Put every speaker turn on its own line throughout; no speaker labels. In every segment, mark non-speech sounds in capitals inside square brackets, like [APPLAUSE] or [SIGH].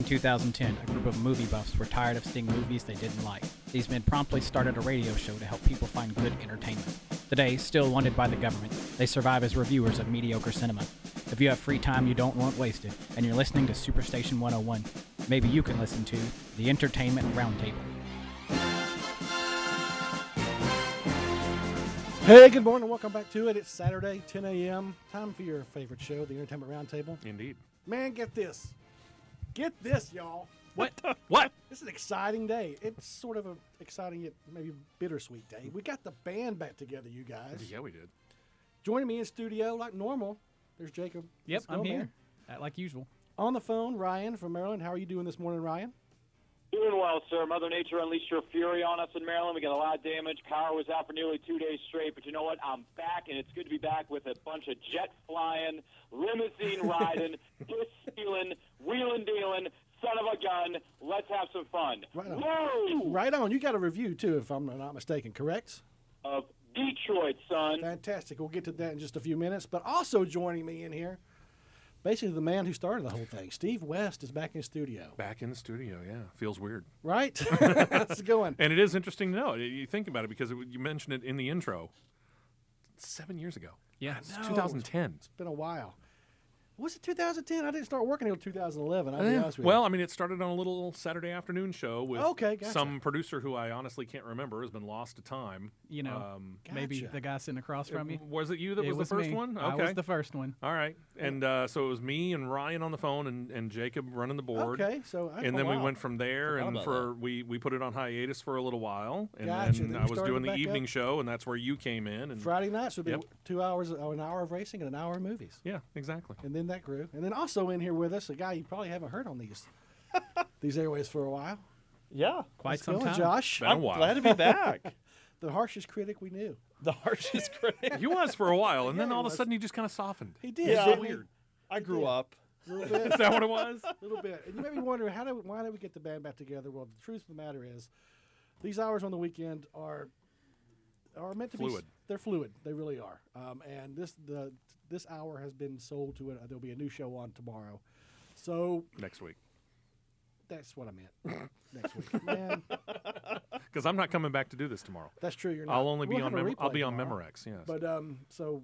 In 2010, a group of movie buffs were tired of seeing movies they didn't like. These men promptly started a radio show to help people find good entertainment. Today, still wanted by the government, they survive as reviewers of mediocre cinema. If you have free time you don't want wasted, and you're listening to Superstation 101, maybe you can listen to The Entertainment Roundtable.
Hey, good morning. Welcome back to it. It's Saturday, 10 a.m. Time for your favorite show, the Entertainment Roundtable.
Indeed.
Man, get this. Get this, y'all. [LAUGHS]
What? what?
This is an exciting day. It's sort of an exciting yet maybe bittersweet day. We got the band back together, you guys.
Yeah, we did.
Joining me in studio, like normal, there's Jacob.
Yep,
Let's go,
I'm
man.
here.
Uh,
Like usual.
On the phone, Ryan from Maryland. How are you doing this morning, Ryan?
Doing well, sir. Mother Nature unleashed her fury on us in Maryland. We got a lot of damage. Power was out for nearly two days straight, but you know what? I'm back, and it's good to be back with a bunch of jet flying,
[LAUGHS]
limousine riding, kiss stealing, wheeling dealing, son of a gun. Let's have some fun.
Right on.
Woo!
Right on. You got a review, too, if I'm not mistaken, correct?
Of Detroit, son.
Fantastic. We'll get to that in just a few minutes. But also joining me in here, basically the man who started the whole thing, Steve West, is back in studio.
Back in the studio, yeah. Feels weird.
Right? [LAUGHS] How's it going?
And it is interesting to know. You think about it because it, you mentioned it in the intro seven years ago.
Yeah.
It's 2010.
It's been a while. Was it 2010? I didn't start working until 2011. I'll be
Yeah.
honest with
Well, I mean, it started on a little Saturday afternoon show with
Okay, gotcha.
some producer who I honestly can't remember has been lost to time.
you know,
Um,
maybe
Gotcha.
the guy sitting across from you.
was it you that
It
was, the first
me.
one?
I
Okay.
was the first one.
All right. And uh, so it was me and Ryan on the phone and, and Jacob running the
you.
board.
Okay, so I,
and
oh,
then we
wow.
went from there
Forgot
and
about
for we we put it on hiatus for a little while and
Gotcha, then
then,
you
i was
started
doing the
back up.
evening show and that's where you came in and
Friday nights would be
Yep.
two hours, oh, an hour of racing and an hour of movies,
yeah exactly
and then that grew. And then also in here with us, a guy you probably haven't heard on these [LAUGHS] these airways for a while.
Yeah.
Quite
How's it
some
going,
time.
Josh,
Been a
I'm
while.
glad
[LAUGHS]
to be back.
the harshest critic we knew.
the harshest critic.
he was for a while and then
Yeah, he
all of
was.
a sudden he just kind
[LAUGHS]
of softened
He did.
Yeah.
didn't he?
weird
I grew up.
A little bit.
is that what it was
a little bit. And you may be wondering how do why did we get the band back together? Well, the truth of the matter is, these hours on the weekend are are meant to be
Fluid.
s- they're fluid. They really are. Um, and this the this hour has been sold to it. Uh, There'll be a new show on tomorrow. So
next week
that's what I
[LAUGHS]
meant. Next week, man.
because i'm not coming back to do this tomorrow
That's true. You're not.
i'll only
We'll
be on
have a
Mem- i'll
replay
be on
tomorrow.
memorex yes
But um, so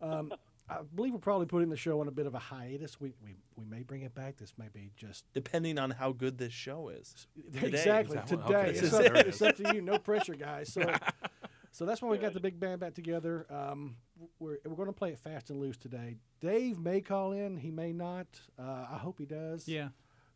um, I believe we're probably putting the show on a bit of a hiatus. We we, we may bring it back. This may be just
Depending on how good this show is. Today.
Exactly.
Is that what-
Today.
okay,
It's,
yeah,
up,
there it
it's up to you. No pressure, guys. So, so that's why we got the big band back together. Um, we're we're going to play it fast and loose today. Dave may call in. He may not. Uh, I hope he does.
Yeah.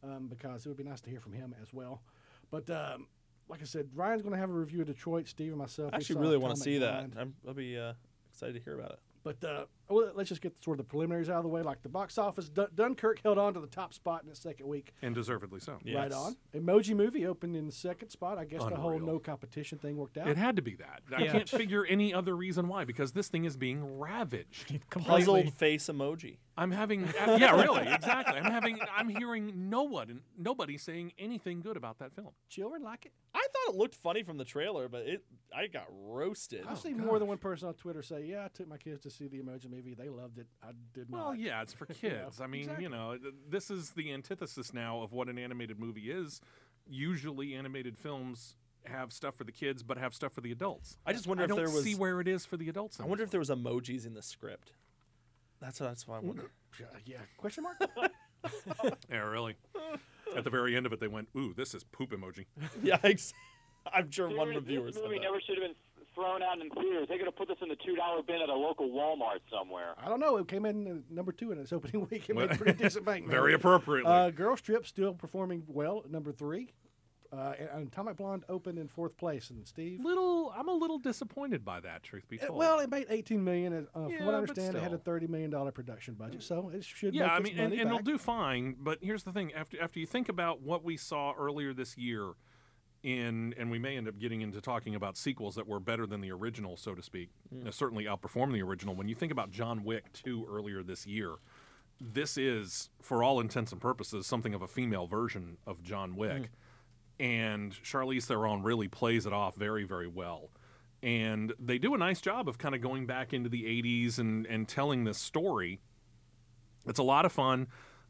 Um, because it would be nice to hear from him as well. But um, like I said, Ryan's going to have a review of Detroit. Steve and myself.
I
we
actually
saw
really want to
Atomic
see that.
Blonde.
I'm, I'll be uh, excited to hear about it.
But uh, well, let's just get sort of the preliminaries out of the way. Like the box office, Dun- Dunkirk held on to the top spot in its second week.
and deservedly so
Right
Yes.
on. Emoji movie opened in the second spot. I guess the whole
Unreal.
no competition thing worked out.
it had to be that i
Yeah.
can't figure any other reason why because this thing is being
[LAUGHS]
ravaged
Puzzled face emoji.
i'm having uh, yeah really exactly i'm having i'm hearing no one nobody saying anything good about that film
Children like it.
I thought it looked funny from the trailer, but it I got
Oh,
roasted.
I've seen more than one person on Twitter say, "Yeah, I took my kids to see the Emoji movie. They loved it. I did not."
Well, yeah, it's for
You know,
kids. I mean,
exactly.
[LAUGHS] you know, th- this is the antithesis now of what an animated movie is. Usually, animated films have stuff for the kids, but have stuff for the adults.
I just wonder
I
if
don't
there was.
see where it is for the adults.
I
in
wonder
this
if there was emojis in the script. That's what, that's what I wonder.
Yeah, yeah. Question mark.
one. Yeah,
[LAUGHS]
really. At the very end of it, they went, "Ooh, this is poop emoji."
[LAUGHS] yeah, ex- I'm sure one
Theaters-
reviewer
this
said
movie
that.
never should have been thrown out in theaters. They could have put this in the two dollar bin at a local Walmart somewhere.
I don't know. It came in uh, number two in its opening [LAUGHS] week. It
Well,
made pretty decent bank. man.
Very appropriately.
Uh, Girl Strip still performing well. at Number three. Uh, and- and Atomic Blonde opened in fourth place. And Steve.
little, I'm a little disappointed by that. Truth be
Eh,
It-
told.
well, it made 18 million. and, Uh, from
Yeah,
what
but
I understand, it had a
still.
30 million dollar production budget, so it should
yeah,
make
I
its
mean, and,
money
and it'll
back.
do fine. But here's the thing: after after you think about what we saw earlier this year, in and we may end up getting into talking about sequels that were better than the original, so to speak.
Hmm.
uh, certainly outperformed the original. When you think about John Wick two earlier this year, this is, for all intents and purposes, something of a female version of John Wick.
Hmm.
And Charlize Theron really plays it off very, very well. And they do a nice job of kind of going back into the 80s and, and telling this story. It's a lot of fun.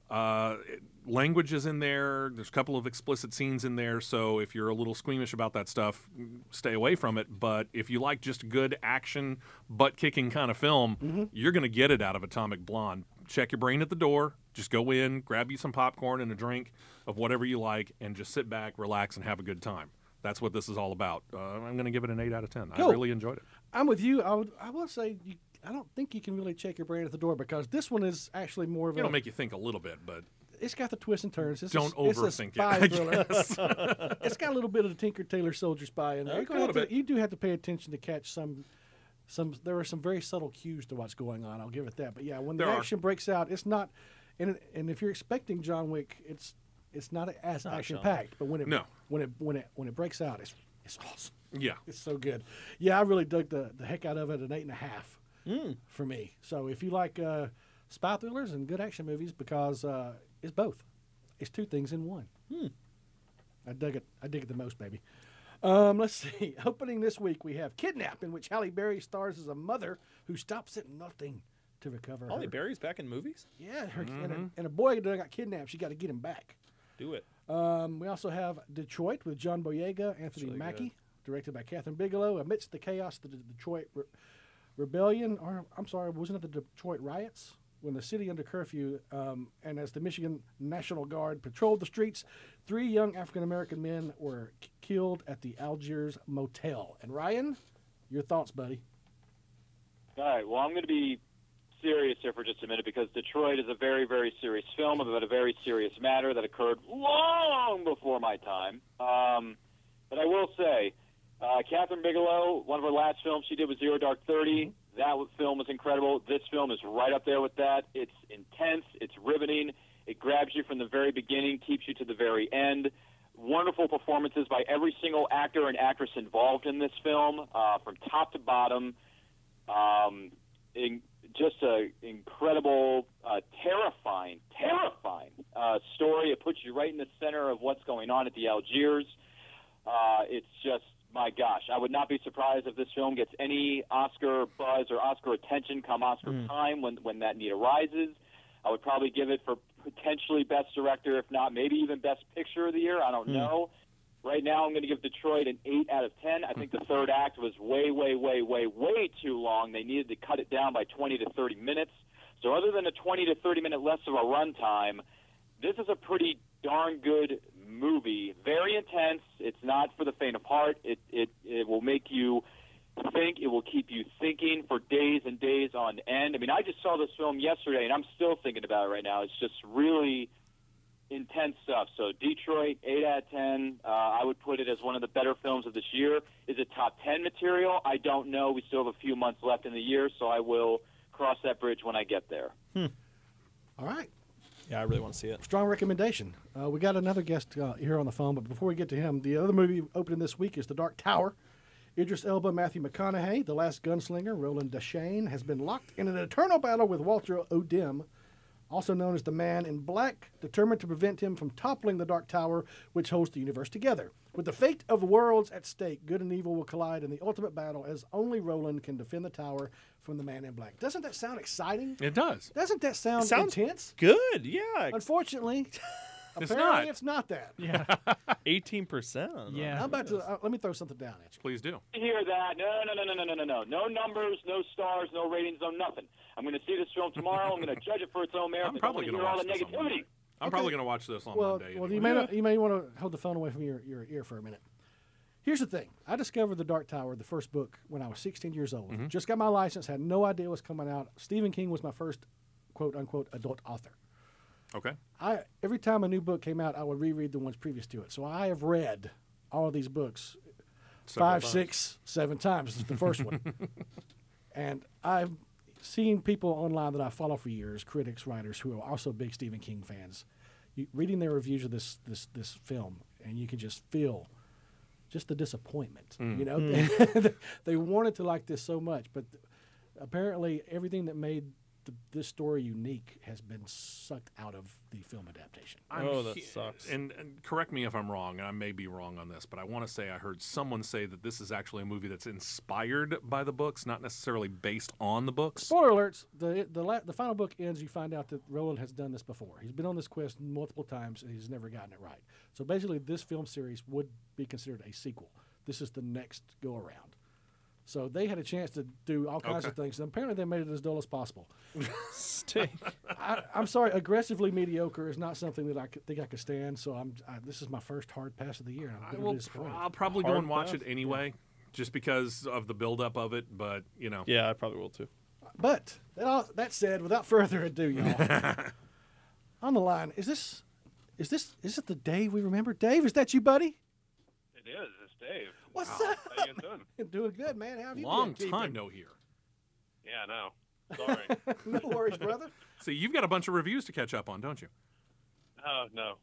Uh, language is in there. There's a couple of explicit scenes in there. So if you're a little squeamish about that stuff, stay away from it. But if you like just good action, butt kicking kind of film, you're going to get it out of Atomic Blonde. Check your brain at the door. Just go in, grab you some popcorn and a drink of whatever you like, and just sit back, relax, and have a good time. That's what this is all about. Uh, I'm going to give it an 8 out of 10. I
Cool.
really enjoyed it.
I'm with you. I would. I will say you, I don't think you can really check your brain at the door because this one is actually more of a.
It'll make you think a little bit, but
it's got the twists and turns. It's a-
don't
it's a
overthink
spy
it. I
thriller.
guess.
[LAUGHS] it's got a little bit of the Tinker Tailor Soldier Spy in there. You're
Okay.
gonna have
A little
to-
bit.
you do have to pay attention to catch some. Some there are some very subtle cues to what's going on. I'll give it that. But yeah, when the
There are.
action breaks out, it's not. And and if you're expecting John Wick, it's it's not as
not
action
John
packed. But when it
No.
when it when it when it breaks out, it's it's awesome.
yeah.
It's so good. Yeah, I really dug the, the heck out of it. An eight and a half for me. So if you like uh, spy thrillers and good action movies, because uh, it's both, it's two things in one. I dug it. I dig it the most, baby. Um, let's [LAUGHS] see. Opening this week, we have Kidnap, in which Halle Berry stars as a mother who stops at nothing to recover.
Holly
her.
Berry's back in movies.
Yeah, her, and, a, and a boy that got kidnapped. She got to get him back.
Do it.
Um, we also have Detroit with John Boyega, Anthony
really
Mackie, directed by Catherine Bigelow. Amidst the chaos of the D- Detroit re- rebellion, or I'm sorry, wasn't it the Detroit riots? When the city under curfew, um, and as the Michigan National Guard patrolled the streets, three young African American men were k- killed at the Algiers Motel. And Ryan, your thoughts, buddy?
All right. Well, I'm going to be serious here for just a minute because Detroit is a very, very serious film about a very serious matter that occurred long before my time. Um, but I will say, uh, Catherine Bigelow, one of her last films she did was Zero Dark 30. That was- film was incredible. This film is right up there with that. It's intense, it's riveting, it grabs you from the very beginning, keeps you to the very end. Wonderful performances by every single actor and actress involved in this film, uh, from top to bottom um, in, just a incredible, uh, terrifying, terrifying uh, story. It puts you right in the center of what's going on at the Algiers. Uh, it's just my gosh, I would not be surprised if this film gets any Oscar buzz or Oscar attention come Oscar time when when that need arises. I would probably give it for potentially best director, if not maybe even best picture of the year. I don't know. Right now, I'm going to give Detroit an 8 out of 10. I think the third act was way, way, way, way, way too long. They needed to cut it down by 20 to 30 minutes. So, other than a 20 to 30 minute less of a runtime, this is a pretty darn good movie. Very intense. It's not for the faint of heart. It, it, it will make you think. It will keep you thinking for days and days on end. I mean, I just saw this film yesterday, and I'm still thinking about it right now. It's just really intense stuff. So Detroit, eight out of ten. Uh, I would put it as one of the better films of this year. Is it top ten material? I don't know. We still have a few months left in the year, so I will cross that bridge when I get there.
All right.
Yeah, I really want to see it.
Strong recommendation. Uh, we got another guest uh, here on the phone, but before we get to him, the other movie opening this week is The Dark Tower. Idris Elba, Matthew McConaughey, the last gunslinger, Roland Deschain, has been locked in an eternal battle with Walter O'Dim, also known as the Man in Black, determined to prevent him from toppling the Dark Tower, which holds the universe together. With the fate of worlds at stake, good and evil will collide in the ultimate battle as only Roland can defend the tower from the Man in Black. Doesn't that sound exciting?
It does.
Doesn't that sound
sounds-
intense?
Good. Yeah.
Unfortunately,
It's
apparently
not.
it's not that.
Eighteen percent.
I'm about to uh, let me throw something down at you.
Please do.
to hear that. No, no, no, no, no, no, no, no. No numbers, no stars, no ratings, no nothing. I'm going to see this film tomorrow.
[LAUGHS]
I'm going to judge it for its own merit.
I'm
but
probably
don't
going to
wanna
watch
hear
this
all
on
the
Monday.
negativity.
I'm probably going to watch this on
Well,
Monday.
well,
anyway.
you may not, you may want to hold the phone away from your, your ear for a minute. Here's the thing. I discovered The Dark Tower, the first book, when I was 16 years old.
Mm-hmm.
Just got my license, had no idea what was coming out. Stephen King was my first quote unquote adult author.
Okay.
I every time a new book came out, I would reread the ones previous to it. So I have read all of these books
Several
five,
times.
six, seven times is the first
[LAUGHS]
one. and I've seen people online that I follow for years, critics, writers who are also big Stephen King fans, you, reading their reviews of this this this film, and you can just feel just the disappointment. You know, [LAUGHS] they wanted to like this so much, but apparently everything that made th- this story unique has been sucked out of the film adaptation.
I'm
Oh, that
he-
sucks.
And, and correct me if I'm wrong, and I may be wrong on this, but I want to say I heard someone say that this is actually a movie that's inspired by the books, not necessarily based on the books.
Spoiler alerts: the the la- the final book ends. You find out that Roland has done this before. He's been on this quest multiple times, and he's never gotten it right. So basically, this film series would be considered a sequel. This is the next go around. So they had a chance to do all kinds of things, and apparently they made it as dull as possible.
Stink. [LAUGHS]
I, I'm sorry, aggressively mediocre is not something that I could, think I could stand. So I'm I, this is my first hard pass of the year. and I'm
I
bitterly
will,
disappointed.
I'll probably go
Hard
and watch
pass?
it anyway, just because of the buildup of it, but, you know.
yeah, I probably will too.
But that, all, that said, without [LAUGHS] further ado,
[LAUGHS]
y'all, on the line is this, is this, is it the Dave we remember? Dave, is that you, buddy?
It is. It's Dave.
What's up?
How you guys
[LAUGHS]
doing?
Doing good, man. How have you
Long
been?
time no here.
Yeah, no. Sorry.
[LAUGHS] no
[LAUGHS]
worries, brother.
See, you've got a bunch of reviews to catch up on, don't you?
oh no.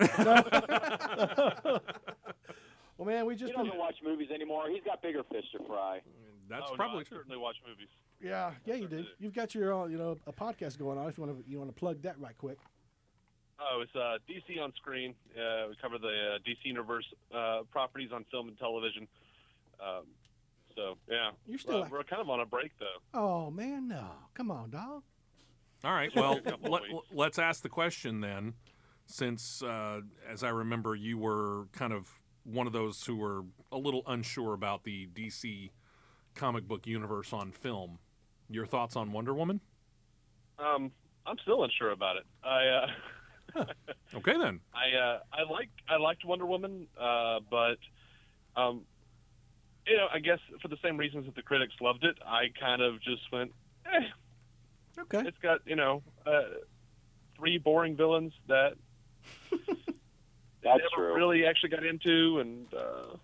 Well, man, we
He
just been,
doesn't watch movies anymore. He's got bigger fish to fry.
That's
oh, no,
probably
I
true.
certainly watch movies.
yeah, yeah, you do. You've got your uh, you know a podcast going on. If you want to, you want to plug that right quick.
Oh, it's uh, DC on screen. Uh, we cover the uh, DC Universe uh, properties on film and television. Um, so yeah,
You're still
Well,
act-
we're kind of on a break though.
Oh man, no, come on, dog.
All right. Well,
couple
let,
of weeks.
let's ask the question then, since, uh, as I remember, you were kind of one of those who were a little unsure about the DC comic book universe on film. Your thoughts on Wonder Woman?
Um, I'm still unsure about it. I uh, [LAUGHS]
Okay, then.
I uh, I like I liked Wonder Woman, uh, but um, you know, I guess for the same reasons that the critics loved it, I kind of just went, eh,
Okay.
it's got you know uh, three boring villains that I
That's
never
true.
really actually got into, and uh,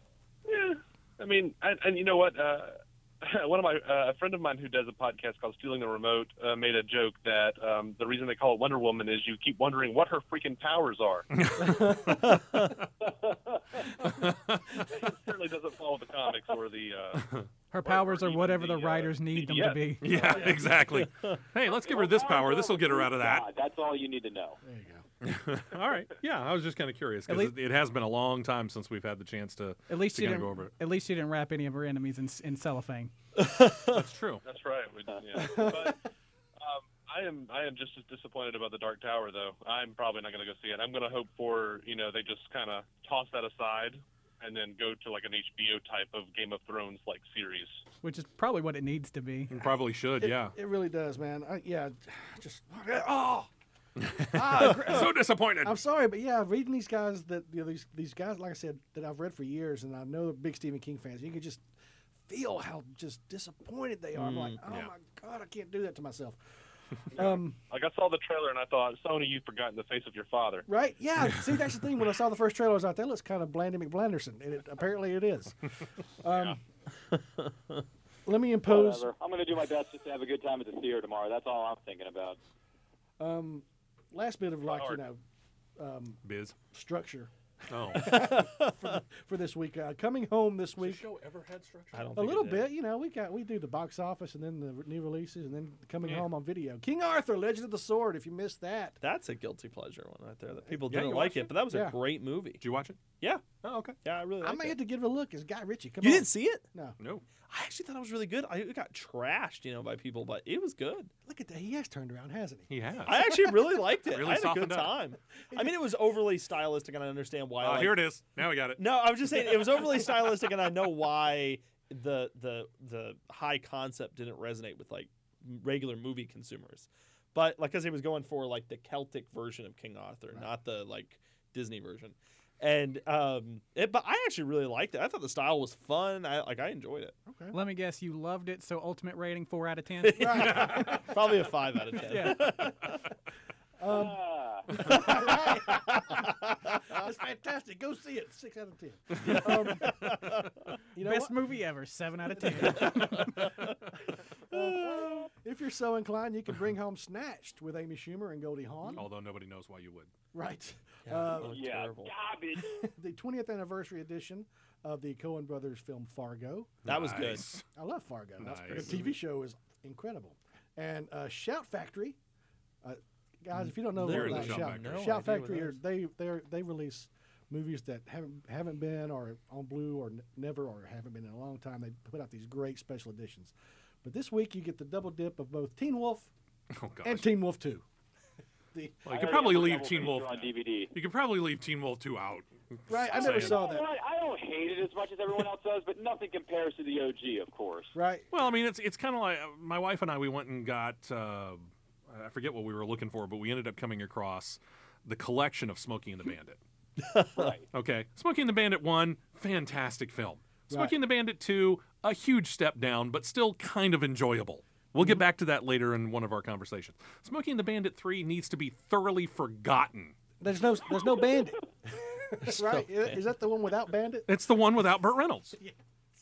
yeah, I mean, and, and you know what? Uh, [LAUGHS] one of my uh, a friend of mine who does a podcast called Stealing the Remote uh, made a joke that um, the reason they call it Wonder Woman is you keep wondering what her freaking powers
[LAUGHS]
are. [LAUGHS] it certainly doesn't follow the comics or the. Uh,
Her powers
or
are
even
whatever
the,
the,
uh,
writers need them
CBS.
to be.
Yeah, [LAUGHS] exactly. Hey, let's give her this power. This will get her out of that.
Oh, [LAUGHS] God, that's all you need to know.
There you go.
All right. Yeah, I was just kind of curious because
At
it, it has been a long time since we've had the chance to.
At least
to
she
kinda
didn't.
go over it.
At least she didn't wrap any of her enemies in, in cellophane.
That's true.
That's right. We, yeah. but um, I am I am just as disappointed about the Dark Tower though. I'm probably not going to go see it. I'm going to hope for you know they just kind of toss that aside and then go to like an HBO type of Game of Thrones like series.
which is probably what it needs to be.
You probably should.
It-
[LAUGHS]
yeah.
It really does, man. I, yeah, [SIGHS] just oh. Ah,
so disappointed.
I'm sorry, but yeah, reading these guys that you know, these these guys, like I said, that I've read for years, and I know they're big Stephen King fans. You can just feel how just disappointed they are. I'm like, oh
Mm, yeah.
my god, I can't do that to myself. um,
Like I saw the trailer and I thought, Sony, you've forgotten the face of your father.
right?
[LAUGHS]
Yeah. See, that's the thing. When I saw the first trailer, I was like, that looks kind of Blandy McBlanderson, and it, apparently it is.
[LAUGHS]
Um, let me impose.
Whatever. I'm going to do my best just to have a good time at the theater tomorrow. That's all I'm thinking about.
Um, last bit of like you
Hard.
know
Biz.
structure
Oh.
for this week. Uh, coming home this week.
show ever had structure?
I don't.
A
think it
little
did.
bit, you know. We got we do the box office and then the re- new releases and then coming home on video. King Arthur, Legend of the Sword. If you missed that,
That's a guilty pleasure one right there. That people
Yeah,
didn't
you
like
watched
it,
it?
but that was
Yeah.
a great movie.
Did you watch it?
Yeah.
Oh, okay.
Yeah, I really.
I
liked
may
it.
have to give it a look. It's Guy Ritchie. Come
You
on.
didn't see it?
No,
No.
I actually thought it was really good. I it got trashed, you know, by people, but it
[LAUGHS]
was good.
look at that. He has turned around, hasn't he?
He has.
I actually really liked it.
Really
I had a
softened
good
up.
time. I mean, it was overly stylistic, and I understand why.
Oh,
like,
here it is. Now we got it.
[LAUGHS] No, I was just saying it
[LAUGHS]
was overly stylistic, and I know why the the the high concept didn't resonate with like regular movie consumers. But like, because it was going for like the Celtic version of King Arthur, not the like Disney version. And um, it, but I actually really liked it. I thought the style was fun. I like I enjoyed it.
Okay.
Let me guess, you loved it, so ultimate rating four out of
[LAUGHS]
ten.
Probably a five out of ten. [LAUGHS]
Um,
Ah,
[LAUGHS] that's fantastic. Go see it. Six out of ten. Um,
[LAUGHS]
you know,
Best
what?
movie ever, seven out of ten.
if you're so inclined, you can bring home Snatched with Amy Schumer and Goldie Hawn.
Although nobody knows why you would.
Right.
Oh. Yeah,
Uh,
it looked
yeah,
terrible.
garbage.
[LAUGHS] the 20th anniversary edition of the Coen Brothers film Fargo.
That was good.
Nice. [LAUGHS]
I love Fargo. That's great.
Nice.
The TV show is incredible. And uh, Shout Factory Uh, guys, if you don't know
They're in
about
the Shout
Shout,
Factory.
Factory,
No
Shout
idea what
Factory,
that
are,
is.
they they they release movies that haven't haven't been or on blue or n- never or haven't been in a long time. They put out these great special editions. But this week you get the double dip of both Teen Wolf
Oh gosh.
and Teen Wolf Two. [LAUGHS] The,
well, you
I
could
already
probably
have the
leave
double
Teen
feature
Wolf.
on DVD.
You could probably leave Teen Wolf two out.
right, I never
Saying.
saw
You know
that.
what? I don't hate it as much as everyone else does, but nothing compares to the OG, of course.
Right,
Well, I mean, it's it's kind of like uh, my wife and I. We went and got uh, I forget what we were looking for, but we ended up coming across the collection of Smokey and the Bandit.
Right.
Okay, Smokey and the Bandit one, fantastic film. Smokey
Right.
and the Bandit two, a huge step down, but still kind of enjoyable. We'll get back to that later in one of our conversations. Smokey and the Bandit three needs to be thoroughly forgotten.
there's no there's no bandit.
[LAUGHS]
right, is that the one without bandit?
It's the one without Burt Reynolds.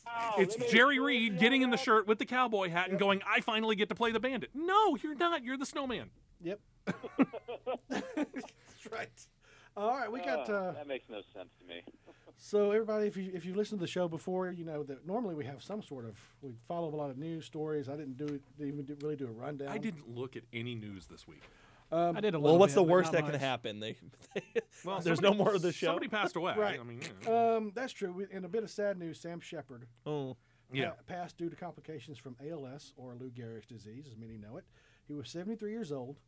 Oh,
It's
they made a
Jerry
cool
Reed
video
getting in
on
the
that?
shirt with the cowboy hat and going, "I finally get to play the bandit." No, you're not. You're the snowman.
Yep. [LAUGHS] That's right. All right, we got.
Oh,
Uh,
that makes no sense to me. [LAUGHS]
So everybody, if you if you've listened to the show before, you know that normally we have some sort of we follow up a lot of news stories. I didn't do didn't even do, really do a rundown.
I didn't look at any news this week.
I did a little
Um, Well, what's
bit,
the
but
worst
not
that can
much.
happen? They, [LAUGHS]
Well,
there's
somebody-
no more of the show. Uh,
Somebody passed
[LAUGHS]
away.
Right.
I mean, yeah.
Um, that's true. We- And a bit of sad news: Sam Shepard
oh,
Yeah.
pa- passed due to complications from ALS or Lou Gehrig's disease, as many know it. He was 73 years old.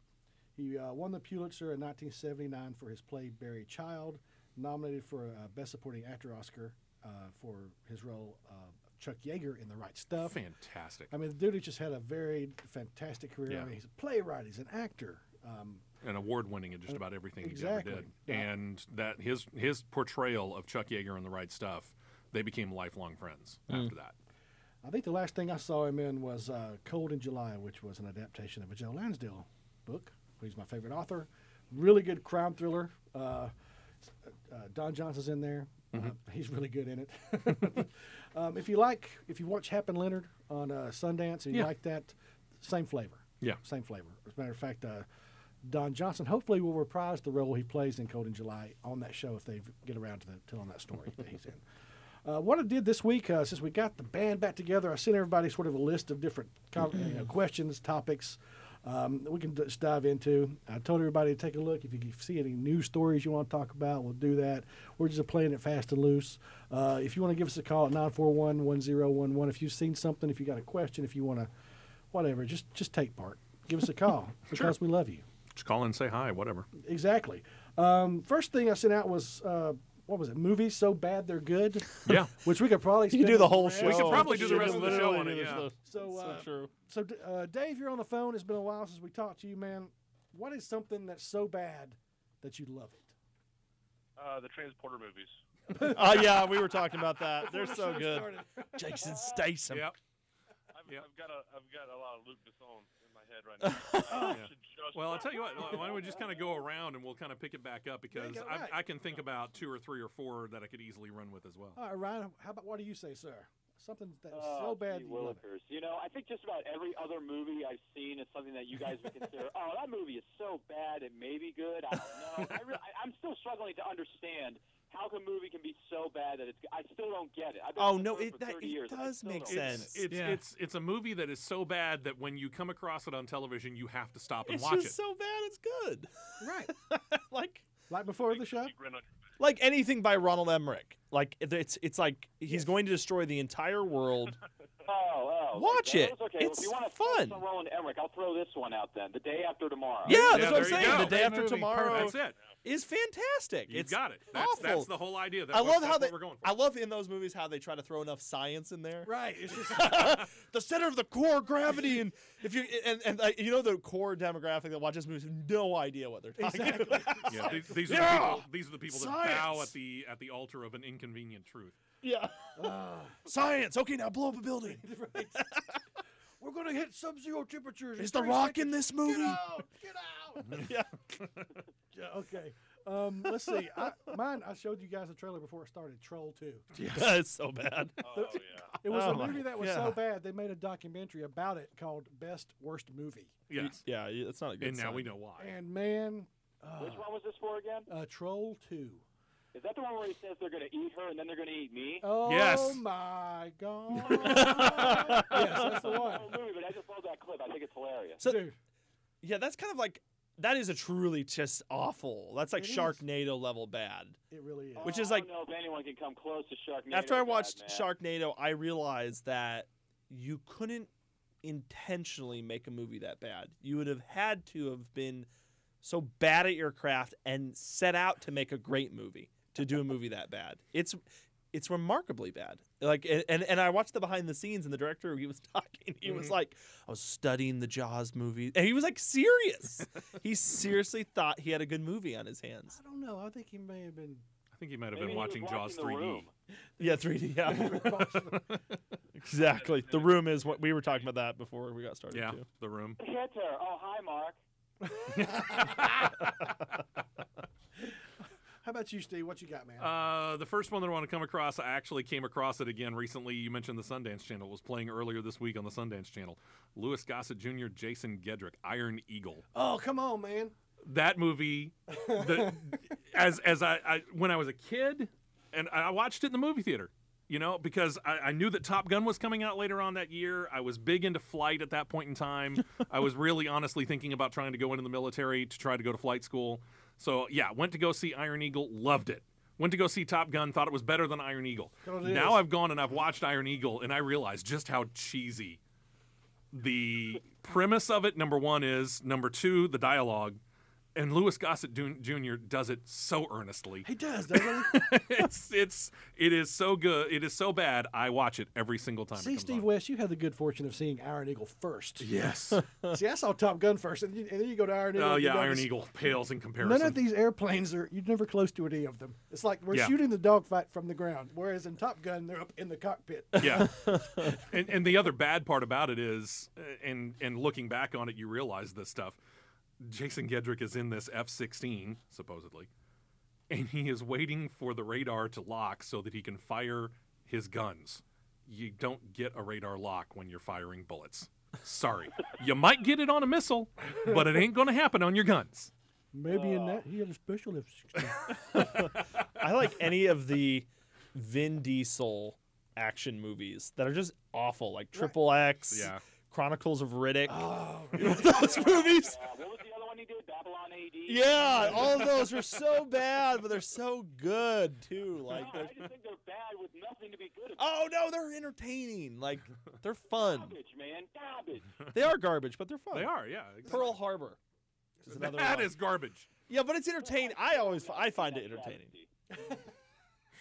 He uh, won the Pulitzer in 1979 for his play Barry Child, nominated for a Best Supporting Actor Oscar uh, for his role of Chuck Yeager in The Right Stuff.
fantastic.
I mean, the dude has just had a very fantastic career. I
Yeah.
mean, he's a playwright, he's an actor. Um,
An award winning in just about everything
exactly.
he ever did.
Yeah.
And that his his portrayal of Chuck Yeager in the right stuff, they became lifelong friends
Hmm.
after that.
I think the last thing I saw him in was uh, Cold in July, which was an adaptation of a Joe Lansdale book. He's my favorite author. Really good crime thriller. Uh, s- uh, Don Johnson's in there.
Mm-hmm.
Uh, he's really good in it. [LAUGHS] um, if you like, if you watch Happen Leonard on uh, Sundance and you
Yeah.
like that, same flavor.
Yeah.
Same flavor. As a matter of fact, uh, Don Johnson hopefully will reprise the role he plays in Cold in July on that show if they get around to the, telling that story that he's in. [LAUGHS] Uh, what I did this week, uh, since we got the band back together, I sent everybody sort of a list of different com- you know, questions, topics um, that we can just dive into. I told everybody to take a look. If you can see any news stories you want to talk about, we'll do that. We're just playing it fast and loose. Uh, if you want to give us a call at 941 1011, if you've seen something, if you got a question, if you want to whatever. Just just take part. Give
[LAUGHS]
us a call because we love you.
Just call and say hi, whatever.
Exactly. Um, first thing I sent out was uh, what was it? Movies so bad they're
[LAUGHS]
good.
Yeah.
[LAUGHS] Which we could probably
you
spend
do the
on
whole
rest.
show.
We could probably do the
You
rest
could
of the show
literally
on it,
do this
yeah.
little-
So, uh,
true.
So D- uh, Dave, you're on the phone. It's been a while since we talked to you, man. What is something that's so bad that you love it?
Uh, the transporter movies.
Oh yeah, we were talking about that. They're so good. Jason Statham.
Yep.
I've,
Yep.
I've got a I've got a lot of Luke Besson in my head
[LAUGHS]
right now. I
Yeah.
should just-
Well, I'll tell you what. Why don't we just kind of go around and we'll kind of pick it back up because
go
I,
right.
I can think about two or three or four that I could easily run with as well.
[LAUGHS] All right, Ryan. How about what do you say, sir? Something that's
Oh,
so bad
gee
that you love it.
willikers. You know, I think just about every other movie I've seen is something that you guys would consider. [LAUGHS] oh, that movie is so bad it may be good. I don't know. I re- I- I'm still struggling to understand how a movie can be so bad that it's. g- I still don't get it. I've been
Oh,
on the
no,
phone
it-
for
that-
30
it
years, and I
does
still
make
don't get
sense.
it.
It's
Yeah.
it's it's a movie that is so bad that when you come across it on television, you have to stop and
It's
watch
just
it.
so bad. It's good.
Right.
[LAUGHS] like
Like before the show.
You grin on your face.
like anything by Ronald Emmerich. Like it- it's it's like he's going to destroy the entire world.
Oh, oh,
Watch
okay.
it.
Well, Okay. Well,
It's
if you want to
fun.
On Roland Emmerich, I'll throw this one out then. The day after tomorrow.
yeah, that's
Yeah,
what I'm
there you
saying.
go.
The day
Great
after
movie.
tomorrow
That's it.
is fantastic.
You've
it's
got it. That's,
awful.
that's the whole idea. That
I
was-
love
that's
how
what
they.
we're going for.
I love in those movies how they try to throw enough science in there.
Right. It's just
[LAUGHS] the center of the core of gravity, and if you and and uh, you know the core demographic that watches movies have no idea what they're talking
Exactly.
about.
Yeah, these, these
Yeah!
are the people. These are the people that bow
Science!
at the at the altar of an inconvenient truth.
[LAUGHS] yeah,
Ah.
[LAUGHS] science. Okay, now blow up a building.
right. [LAUGHS] We're gonna hit sub-zero temperatures.
Is the Rock in this movie?
Get out!
Yeah.
Yeah, okay. Um, let's
[LAUGHS]
see. I, mine, I showed you guys a trailer before it started. Troll Two.
[LAUGHS] That's so bad.
Oh yeah.
It was
Oh
a
my
movie that was so
God.
bad they made a documentary about it called Best Worst Movie.
Yes,
Yeah, y- it's not a good.
and now
sign.
we know why.
And man,
Which one was this for again?
uh, Troll Two.
Is that the one where he says they're going to eat her and then they're going to eat me?
Oh
Yes.
my
[LAUGHS]
God! yes, Uh, that's the
I
one.
[LAUGHS]
Oh
don't know the movie, but I just love that clip. I think it's hilarious.
So-
Dude,
Yeah, that's kind of like that is a truly just awful. That's like
It is.
Sharknado level bad.
It really is.
Which
Oh,
is
I
like-
don't know if anyone can come close to Sharknado.
After I
bad,
watched
man.
Sharknado, I realized that you couldn't intentionally make a movie that bad. You would have had to have been so bad at your craft and set out to make a great movie to do a movie that bad. It's it's remarkably bad. Like and, and, and I watched the behind the scenes and the director he was [LAUGHS] talking, he was like, I was studying the Jaws movie and he was like serious. he seriously thought he had a good movie on his hands.
I don't know. I think he may have been.
I think he might have
Maybe
been
he was
watching Jaws
watching The
3D.
Room.
Yeah, 3D. Yeah. Exactly. The room is what we were talking about that before we got started.
[LAUGHS] Yeah,
Too.
the
[LAUGHS]
room.
Hitter. Oh, hi, Mark.
How about you, Steve? What you got, man?
Uh, the first one that I want to come across, I actually came across it again recently. You mentioned the Sundance Channel. It was playing earlier this week on the Sundance Channel. Lewis Gossett Jr., Jason Gedrick, Iron Eagle.
oh, come on, man.
That movie,
[LAUGHS]
the, as as I, I when I was a kid, and I watched it in the movie theater. You know, because I, I knew that Top Gun was coming out later on that year. I was big into flight at that point
[LAUGHS]
in time. I was really honestly thinking about trying to go into the military to try to go to flight school. So yeah, went to go see Iron Eagle, loved it. Went to go see Top Gun, thought it was better than Iron Eagle.
Oh, it
Now
is.
I've gone and I've watched Iron Eagle, and I realize just how cheesy the premise of it. Number one is number two, the dialogue, and Lewis Gossett Dun- Jr. does it so earnestly [LAUGHS]
He does, doesn't he?
it's it's it is so good. It is so bad. I watch it every single time. it
See,
comes
Steve
on.
West, you had the good fortune of seeing Iron Eagle first.
[LAUGHS] Yes.
See, I saw Top Gun first, and, you, and then you go to Iron Eagle.
oh
and [LAUGHS] you
yeah, Iron
notice
Eagle pales in comparison.
None of these airplanes are. You're never close to any of them. It's like we're
Yeah.
shooting the dogfight from the ground, whereas in Top Gun they're up in the cockpit.
yeah. and and the other bad part about it is, uh, and and looking back on it, you realize this stuff. Jason Gedrick is in this F-16 supposedly, and he is waiting for the radar to lock so that he can fire his guns. You don't get a radar lock when you're firing bullets. Sorry, you might get it on a missile, but it ain't going to happen on your guns.
Maybe in
Oh.
that he had a special. [LAUGHS] F-
I like any of the Vin Diesel action movies that are just awful, like Triple X,
Yeah.
Chronicles of Riddick. [LAUGHS] those movies.
Uh, what was the other one he did? Babylon AD.
Yeah, all of those are so bad, but they're so good too.
No,
Like,
I
they're,
just think they're bad with nothing to be good about.
oh no, they're entertaining. Like, they're fun.
Garbage, man. Garbage.
They are garbage, but they're fun.
They are, yeah. Exactly.
Pearl Harbor. Is
That
another
is
one.
garbage.
Yeah, but it's entertaining. I always fi- I find it
That's
entertaining.
travesty.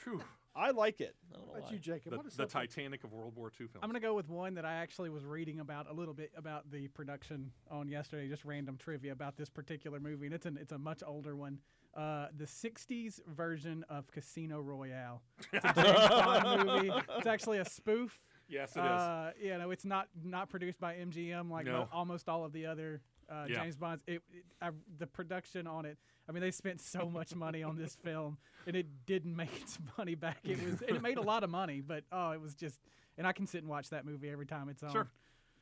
Phew.
I like it. I don't know
what about
why.
you, Jacob?
The,
what is
the
something-
Titanic of World War II films.
I'm gonna go with one that I actually was reading about a little bit about the production on yesterday, just random trivia about this particular movie, and it's an it's a much older one. Uh, the '60s version of Casino Royale. It's
[LAUGHS]
a James Bond movie. It's actually a spoof.
yes, it is.
Uh, you know, it's not not produced by MGM like
No.
mo- almost all of the other uh,
Yeah.
James Bonds. It, it I, the production on it. I mean, they spent so much money on this film, and it didn't make its money back. It was and it made a lot of money, but oh, it was just. And I can sit and watch that movie every time it's on.
Sure.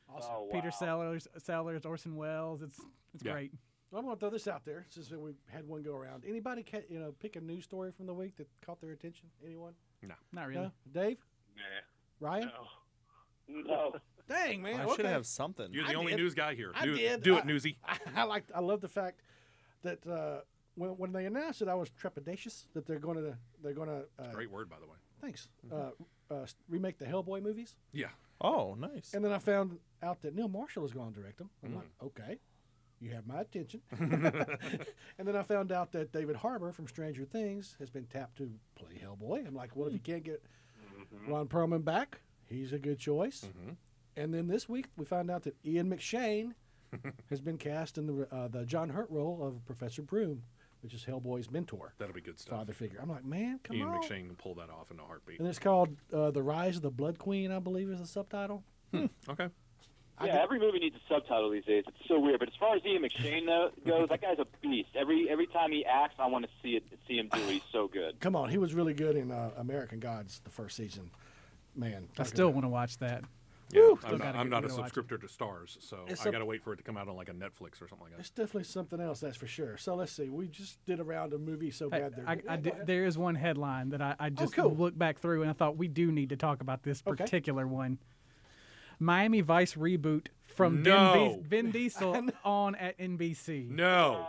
Oh,
Peter
wow.
Sellers, Sellers, Orson Welles. It's it's
Yeah.
great.
I'm going to throw this out there since we had one go around. Anybody, ca- you know, pick a news story from the week that caught their attention? Anyone?
Not really.
No? Dave?
Nah.
Ryan?
No.
No.
Dang, man!
I should
okay.
have something.
You're the
I
only
did.
news guy here.
I
do,
did.
do
I-
it, newsy.
[LAUGHS] I, like. I love the fact that uh, when when they announced it, I was trepidatious that they're going to they're going to uh,
Great word, by the way.
thanks uh,
Mm-hmm.
uh, remake the Hellboy movies.
Yeah.
Oh, nice.
And then I found out that Neil Marshall is going to direct them. I'm like,
Mm.
okay, you have my
[LAUGHS]
attention. [LAUGHS] and then I found out that David Harbour from Stranger Things has been tapped to play Hellboy. I'm like, well,
Hmm.
if you can't get
Mm-hmm.
Ron Perlman back, he's a good choice. And then this week we find out that Ian McShane
[LAUGHS]
has been cast in the uh, the John Hurt role of Professor Broom, which is Hellboy's mentor,
That'll be good stuff.
father figure. I'm like, man, come
Ian
on.
McShane can pull that off in a heartbeat.
And it's called uh, The Rise of the Blood Queen, I believe is the subtitle.
Okay.
I
Yeah,
did-
every movie needs a subtitle these days. It's so weird. But as far as Ian McShane though, goes, that guy's a beast. Every every time he acts, I want to see it, see him do it. He's so good.
Come on, he was really good in uh, American Gods the first season. Man,
I still want to watch that.
Yeah,
Still
I'm not,
gotta
I'm
get
not
me
a
to watch it.
subscriptor to Stars, so
It's
I
a-
got to wait for it to come out on like a Netflix or something like that.
it's definitely something else. That's for sure. So let's see. We just did a round of movies so
Hey,
bad. There, Oh,
I, I did- there is one headline that I, I just
cool.
looked back through and I thought we do need to talk about this
Okay.
particular one.
Miami Vice reboot from
No.
Vin, Vin
[LAUGHS]
Diesel on at NBC.
[LAUGHS]
No,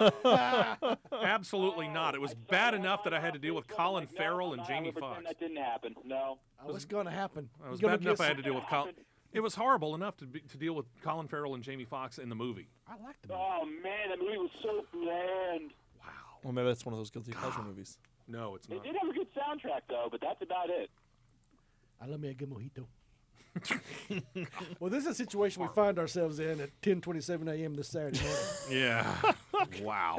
Oh,
absolutely not. It was bad enough that I had to deal with Colin Farrell and Jamie Foxx.
That didn't happen. No.
Oh, it's going to happen.
It was
You're gonna
bad enough
get
I had to
some-
deal with Colin. It was horrible enough to be, to deal with Colin Farrell and Jamie Foxx in the movie.
I like the
Oh man, that movie was so bland.
Well, maybe that's one of those guilty pleasure movies.
No, it's
It
not.
did have a good soundtrack though, but that's about it.
I love me a good mojito. [LAUGHS] well, this is a situation we find ourselves in at 10:27 a.m. this Saturday morning.
Yeah.
[LAUGHS]
wow.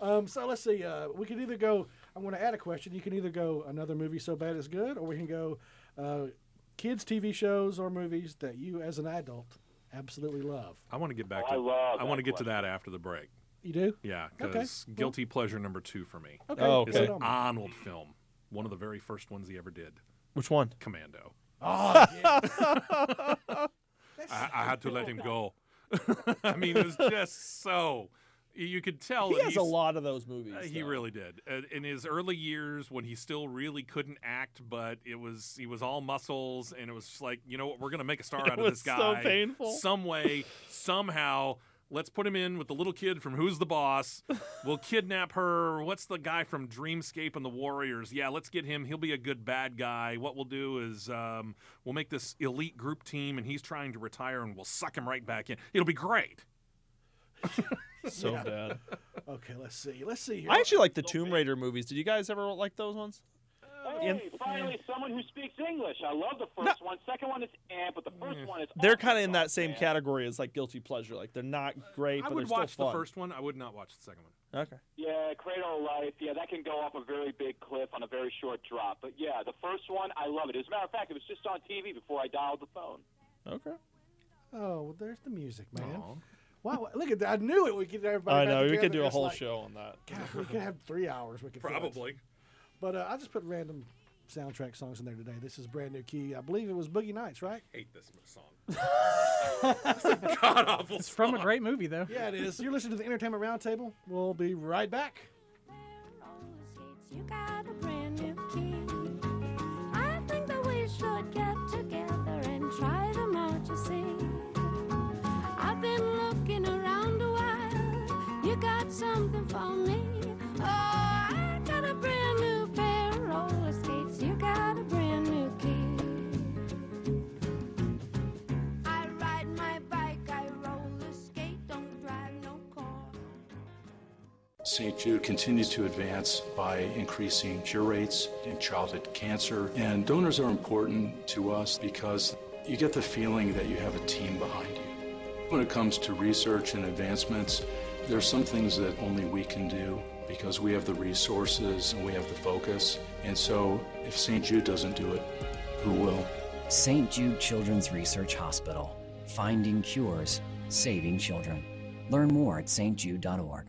um, so let's see. Uh, we can either go. I'm going to add a question. You can either go another movie so bad it's good, or we can go uh, kids TV shows or movies that you as an adult absolutely love.
I want to get back
Oh, I
to.
love
want to
that
get to that after the break.
You do?
Yeah,
Okay.
because guilty pleasure number two for me
Okay.
Oh,
put
is
okay.
it on.
an Arnold film, one of the very first ones he ever did,
Which one?
Commando. [LAUGHS]
Oh, yeah.
I, I had to let him go. [LAUGHS] I mean, it was just so. Oh, You could tell
He
that
has a
he's-
lot of those movies.
Uh, he
though.
really did. Uh, in his early years, when he still really couldn't act, but it was he was all muscles, and it was just like, you know what, we're gonna make a star
[LAUGHS] It
out of this
was so
guy.
painful.
Some way, somehow, let's put him in with the little kid from Who's the Boss.
[LAUGHS]
We'll kidnap her. What's the guy from Dreamscape and the Warriors? Yeah, let's get him. He'll be a good bad guy. What we'll do is um, we'll make this elite group team, and he's trying to retire, and we'll suck him right back in. It'll be great. [LAUGHS]
so bad.
okay. Let's see. Let's see here.
I actually like the Tomb Raider movies. Did you guys ever like those ones?
Hey, finally someone who speaks English. I love the first one. Second one is eh, but the first one is.
Mm. They're
awesome. Oh,
kind of in that same
Man.
category as like guilty pleasure. Like they're not great,
I
but
would
they're
watch
still
the
fun.
first one. I would not watch the second one.
Okay.
Yeah, Cradle of Life. Yeah, that can go off a very big cliff on a very short drop. But yeah, the first one, I love it. As a matter of fact, it was just on TV before I dialed the phone.
Okay.
Oh, well, there's the music, man.
Aw.
Wow, look at that! I knew it. We could get everybody.
I
back
know we
together.
could do a
It's
whole
like,
show on that.
God, we could have three hours. We could fill it.
Probably.
But uh, I just put random soundtrack songs in there today. This is brand new key. I believe it was Boogie Nights, right?
hate this song. [LAUGHS] it's a god awful
It's from a great movie though.
Yeah, it is. You're listening to the Entertainment Roundtable. We'll be right back.
roller skates, you got a brand new key. I think that we should get together and try them out, you see. I've been looking around a while, you got something for me. Oh, I got a brand new pair of roller skates, you got a brand new key. I ride my bike, I roller skate, don't drive no car.
St. Jude continues to advance by increasing cure rates in childhood cancer. And donors are important to us because you get the feeling that you have a team behind you. When it comes to research and advancements, there are some things that only we can do because we have the resources and we have the focus. And so if St. Jude doesn't do it, who will?
St. Jude Children's Research Hospital. Finding cures, saving children. Learn more at stjude.org.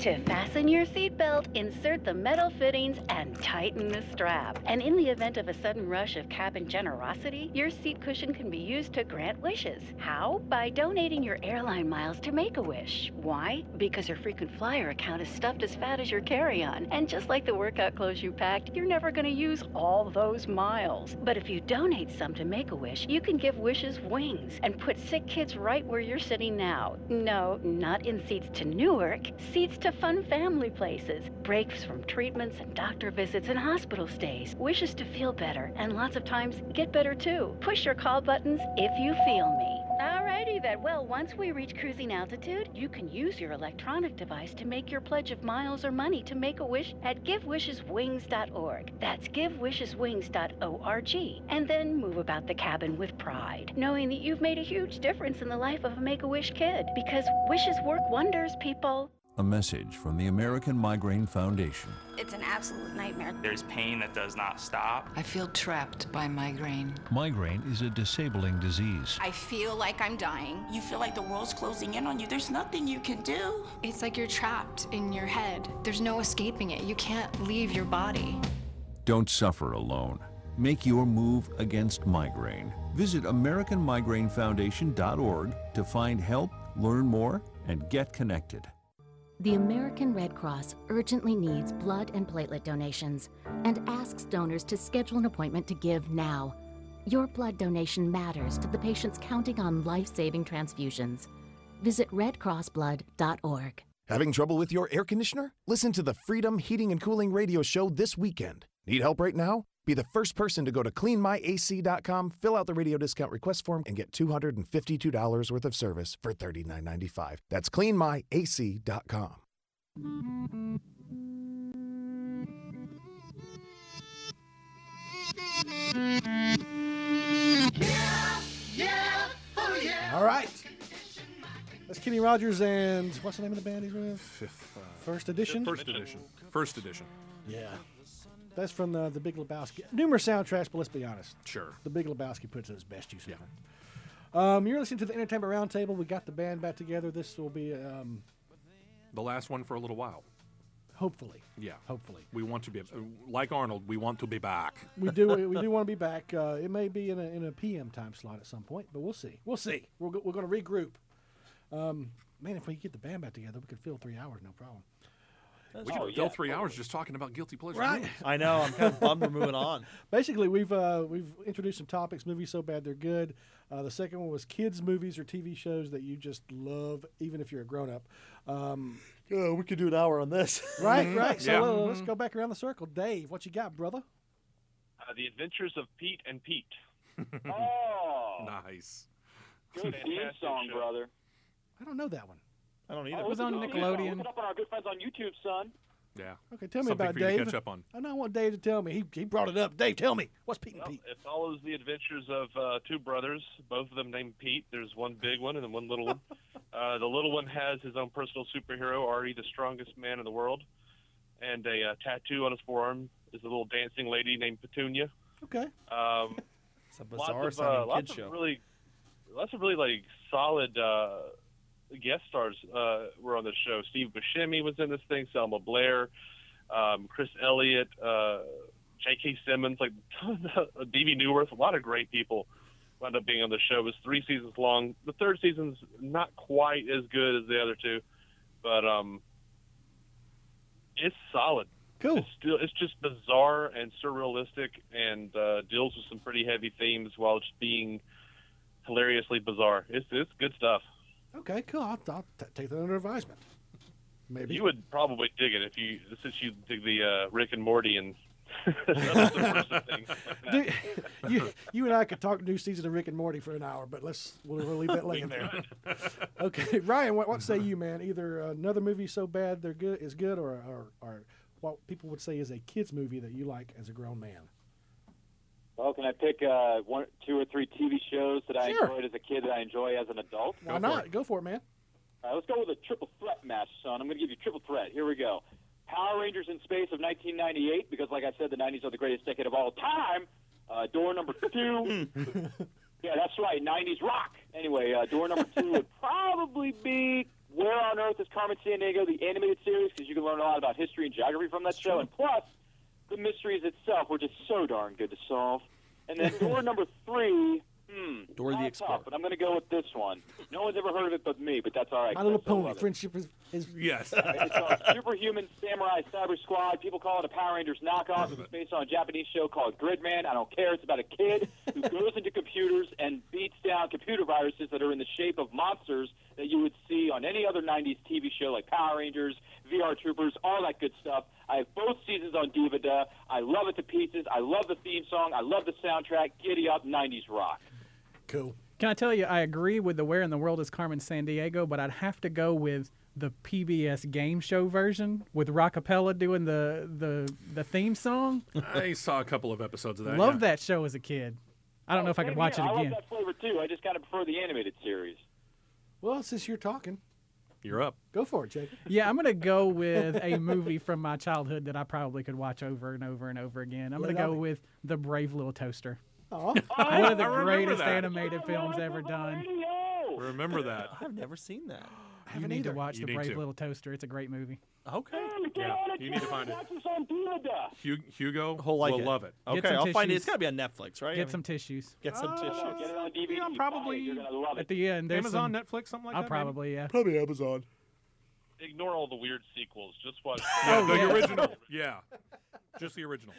To fasten your seatbelt, insert the metal fittings and tighten the strap. And in the event of a sudden rush of cabin generosity, your seat cushion can be used to grant wishes. How? By donating your airline miles to Make a Wish. Why? Because your frequent flyer account is stuffed as fat as your carry on. And just like the workout clothes you packed, you're never going to use all those miles. But if you donate some to Make a Wish, you can give wishes wings and put sick kids right where you're sitting now. No, not in seats to Newark, seats to fun family places, breaks from treatments and doctor visits and hospital stays, wishes to feel better, and lots of times get better too. Push your call buttons if you feel me. Alrighty then. Well, once we reach cruising altitude, you can use your electronic device to make your pledge of miles or money to make a wish at givewisheswings.org. That's givewisheswings.org. And then move about the cabin with pride, knowing that you've made a huge difference in the life of a make a wish kid. Because wishes work wonders, people.
A message from the American Migraine Foundation.
It's an absolute nightmare.
There's pain that does not stop.
I feel trapped by migraine.
Migraine is a disabling disease.
I feel like I'm dying. You feel like the world's closing in on you. There's nothing you can do. It's like you're trapped in your head. There's no escaping it. You can't leave your body.
Don't suffer alone. Make your move against migraine. Visit AmericanMigraineFoundation.org to find help, learn more, and get connected.
The American Red Cross urgently needs blood and platelet donations and asks donors to schedule an appointment to give now.
Your blood donation matters to the patients counting on life saving transfusions. Visit redcrossblood.org.
Having trouble with your air conditioner? Listen to the Freedom Heating and Cooling radio show this weekend. Need help right now? Be the first person to go to cleanmyac.com, fill out the radio discount request form, and get $252 worth of service for $39.95. That's cleanmyac.com.
Yeah, oh yeah.
All right. That's Kenny Rogers and what's the name of the band he's with?
Fifth, uh,
First edition.
First edition. First edition.
Yeah. That's from uh, the, the Big Lebowski. Numerous soundtracks, but let's be honest.
Sure.
The Big Lebowski puts his best use ever. Um, you're listening to the Entertainment Roundtable. We got the band back together. This will be um,
The last one for a little while.
hopefully.
Yeah.
Hopefully.
We want to be, like Arnold, we want to be back.
We do we do want to be back. Uh, it may be in a, in a PM time slot at some point, but we'll see. We'll see. We're, go- we're going to regroup. Um, man, if we get the band back together, we could fill three hours, no problem.
We could fill three hours just talking about guilty pleasure.
Right.
movies.
I know. I'm kind of bummed we're moving [LAUGHS] on.
Basically, we've uh, we've introduced some topics. Movies so bad they're good. Uh, the second one was kids' movies or TV shows that you just love, even if you're a grown up. Um,
we could do an hour on this.
Mm-hmm.
right,
Mhm.
right. So
Yeah.
let- let's go back around the circle. Dave, what you got, brother?
Uh, the Adventures of Pete and Pete.
Oh,
nice.
good theme song, brother.
I don't know that one.
I don't
Oh, look it up. Look it up on our good friends on YouTube, son.
Yeah.
Okay, tell me
Something
about
for you to
Dave.
catch up on.
I know I want Dave to tell me. He, he brought it up. Dave, tell me. What's Pete and
Well,
Pete?
it follows the adventures of uh, two brothers, both of them named Pete. There's one big one and then one little one. Uh, the little one has his own personal superhero, Artie, the strongest man in the world, and a uh, tattoo on his forearm is a little dancing lady named Petunia.
Okay.
Um,
It's a
lots of,
bizarre-sounding
uh, lots
kid
of
show.
really, lots of really like solid uh, guest stars uh, were on the show. Steve Buscemi was in this thing. Selma Blair, um, Chris Elliott, uh, J.K. Simmons, like [LAUGHS] D.B. Newworth, a lot of great people wound up being on the show. It was three seasons long. The third season's not quite as good as the other two, but um, it's solid.
Cool.
It's still, it's just bizarre and surrealistic, and uh, deals with some pretty heavy themes while just being hilariously bizarre. It's it's good stuff.
Okay, cool. I'll, I'll t- take that under advisement. Maybe
You would probably dig it if you since you dig the uh, Rick and Morty and [LAUGHS] other subversive things like that.
Dude, [LAUGHS] you, you and I could talk new season of Rick and Morty for an hour, but let's we'll, we'll [LAUGHS] leave that laying there. Okay, [LAUGHS] Ryan, what, what say you, man? Either another movie so bad they're good is good, or, or or what people would say is a kids movie that you like as a grown man.
Well, can I pick uh, one, two, or three TV shows that I enjoyed as a kid that I enjoy as an adult?
Why not? Go for it, man.
All right, let's go with a triple threat match, son. I'm going to give you triple threat. Here we go. Power Rangers in Space of 1998, because like I said, the 90s are the greatest decade of all time. Uh, door number two. yeah, that's right. 90s rock. Anyway, uh, door number two would probably be Where on Earth is Carmen Sandiego, the animated series, because you can learn a lot about history and geography from that show. And plus, the mysteries itself were just so darn good to solve. And then door number three. Hmm,
Door the
kinda
Explorer.
Tough, but I'm going to go with this one. No one's ever heard of it but me, but that's all right.
My Little
'cause I still
Pony.
love it.
Friendship is, is
yes.
It's called
[LAUGHS]
Superhuman Samurai Cyber Squad. People call it a Power Rangers knockoff. It's based on a Japanese show called Gridman. I don't care. It's about a kid
[LAUGHS]
who goes into computers and beats down computer viruses that are in the shape of monsters that you would see on any other 90s TV show like Power Rangers, VR Troopers, all that good stuff. I have both seasons on DVD. I love it to pieces. I love the theme song. I love the soundtrack. Giddy up, 90s rock.
Cool.
Can I tell you, I agree with the Where in the World is Carmen San Diego, but I'd have to go with the PBS game show version with Rockapella doing the, the, the theme song.
I saw a couple of episodes of that.
Love
yeah.
that show as a kid. I don't know if I could
Same
watch
here.
it
I
again.
love that flavor too. I just kind of prefer the animated series.
Well, since you're talking,
You're up.
go for it, Jake.
Yeah, I'm going to go with a movie from my childhood that I probably could watch over and over and over again. I'm
Let
going
it
to go
out.
with The Brave Little Toaster.
Oh.
One of the
I remember
greatest
that.
animated films ever done.
Remember that.
I've never seen that.
You
haven't
need to
either.
watch
You
The
need
Brave
to.
Little Toaster. It's a great movie.
Okay.
Yeah, you need to find it.
It's on DVD.
Hu- Hugo
He'll like
will
it.
love it.
Get
Okay,
some
I'll find it.
tissues.
It's got to be on Netflix, right?
Get
I mean,
some tissues.
Get some tissues.
Get it on DVD.
Yeah,
buy it.
probably
You're gonna love
At
it.
the end, there's
Amazon,
some,
Netflix, something like
I'll
that. maybe?
probably yeah.
Probably Amazon.
Ignore all the weird sequels. Just watch.
Yeah,
Oh,
the [LAUGHS]
yeah.
original. Yeah. Just the original.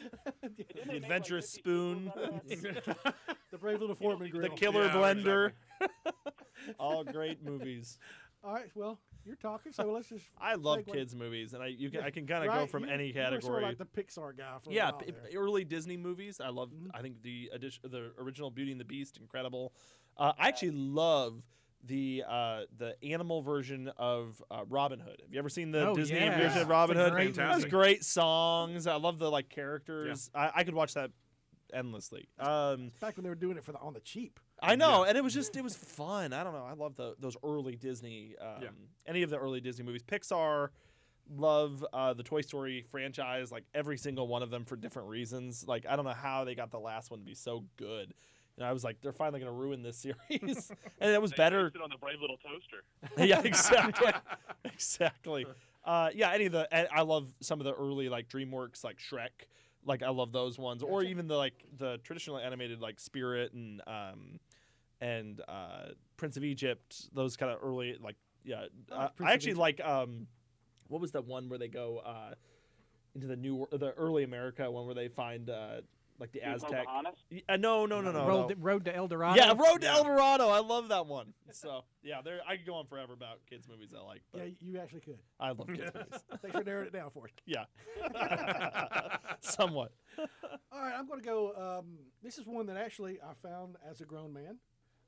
The adventurous spoon.
the brave little Foreman grill.
The killer
Yeah,
blender. [LAUGHS] All great movies.
All right, well, you're talking, so let's just.
I love
segue.
kids movies, and I you can, I can kind of go
Right?
from
You-
any
you were sort
category.
of like the Pixar guy for a
yeah,
while
p-
there.
early Disney movies. I love. I think the addition, the original Beauty and the Beast, incredible. Uh, I actually love the uh, the animal version of uh, Robin Hood. Have you ever seen the
Oh,
Disney
yeah.
version of
It's
Robin
a
Hood?
great
That was
movie.
great songs. I love the like characters. I, I could watch that endlessly. Um,
Back when they were doing it for the on the cheap.
I know, and it was just it was fun. I don't know. I love the, those early Disney, um,
Yeah.
any of the early Disney movies. Pixar, love uh, the Toy Story franchise, like every single one of them for different reasons. Like I don't know how they got the last one to be so good. And I was like, they're finally going to ruin this [LAUGHS] series, and it was
They
better.
fixed it on the brave little
[LAUGHS]
toaster.
yeah, exactly, exactly. Uh, yeah, any of the and I love some of the early like DreamWorks like Shrek, like I love those ones, or even the like the traditional animated like Spirit and um and uh, Prince of Egypt, those kind of early like yeah. Uh,
Prince
I
of
actually
Egypt.
like um, what was that one where they go uh into the new the early America one where they find uh like the
New Hope
Aztec.
Honest?
Y- Uh, no, no, no, no,
Road,
no.
to- Road to El Dorado.
Yeah, Road to El Dorado. I love that one. [LAUGHS] So yeah, there I could go on forever about kids movies I like, but
Yeah, you actually could.
I love kids movies. [LAUGHS]
Thanks for narrowing it down for us.
Yeah, [LAUGHS] somewhat.
All right, I'm going to go. Um, this is one that actually I found as a grown man,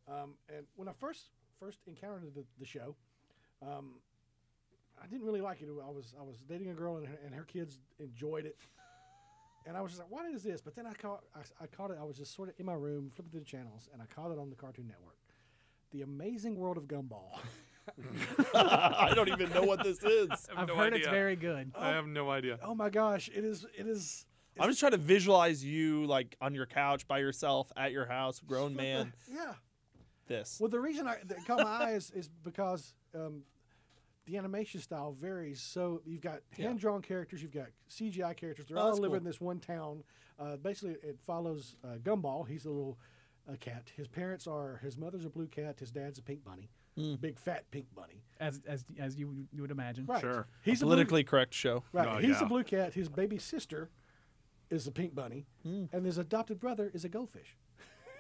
um, and when I first first encountered the, the show, um, I didn't really like it. I was I was dating a girl, and her, and her kids enjoyed it, and I was just like, "What is this?" But then I caught I, I caught it. I was just sort of in my room flipping through the channels, and I caught it on the Cartoon Network, The Amazing World of Gumball. [LAUGHS]
I don't even know what this is.
I've heard it's very good.
I have no idea.
Oh my gosh, it is it is.
I'm just trying to visualize you like on your couch by yourself at your house, [LAUGHS] grown man.
Yeah.
This.
Well, the reason I that caught my eye is, is because um, the animation style varies. So you've got hand drawn characters, you've got CGI characters. They're
Oh,
all
that's
living
cool.
in this one town. Uh, basically, it follows uh, Gumball. He's a little uh, cat. His parents are his mother's a blue cat, his dad's a pink bunny,
Hmm.
big fat pink bunny.
As as as you you would imagine.
Right.
He's
He's a
a
blue-
politically Oh, correct show.
Right. he's a blue cat. His baby sister is a pink bunny,
Hmm.
and his adopted brother is a goldfish. [LAUGHS]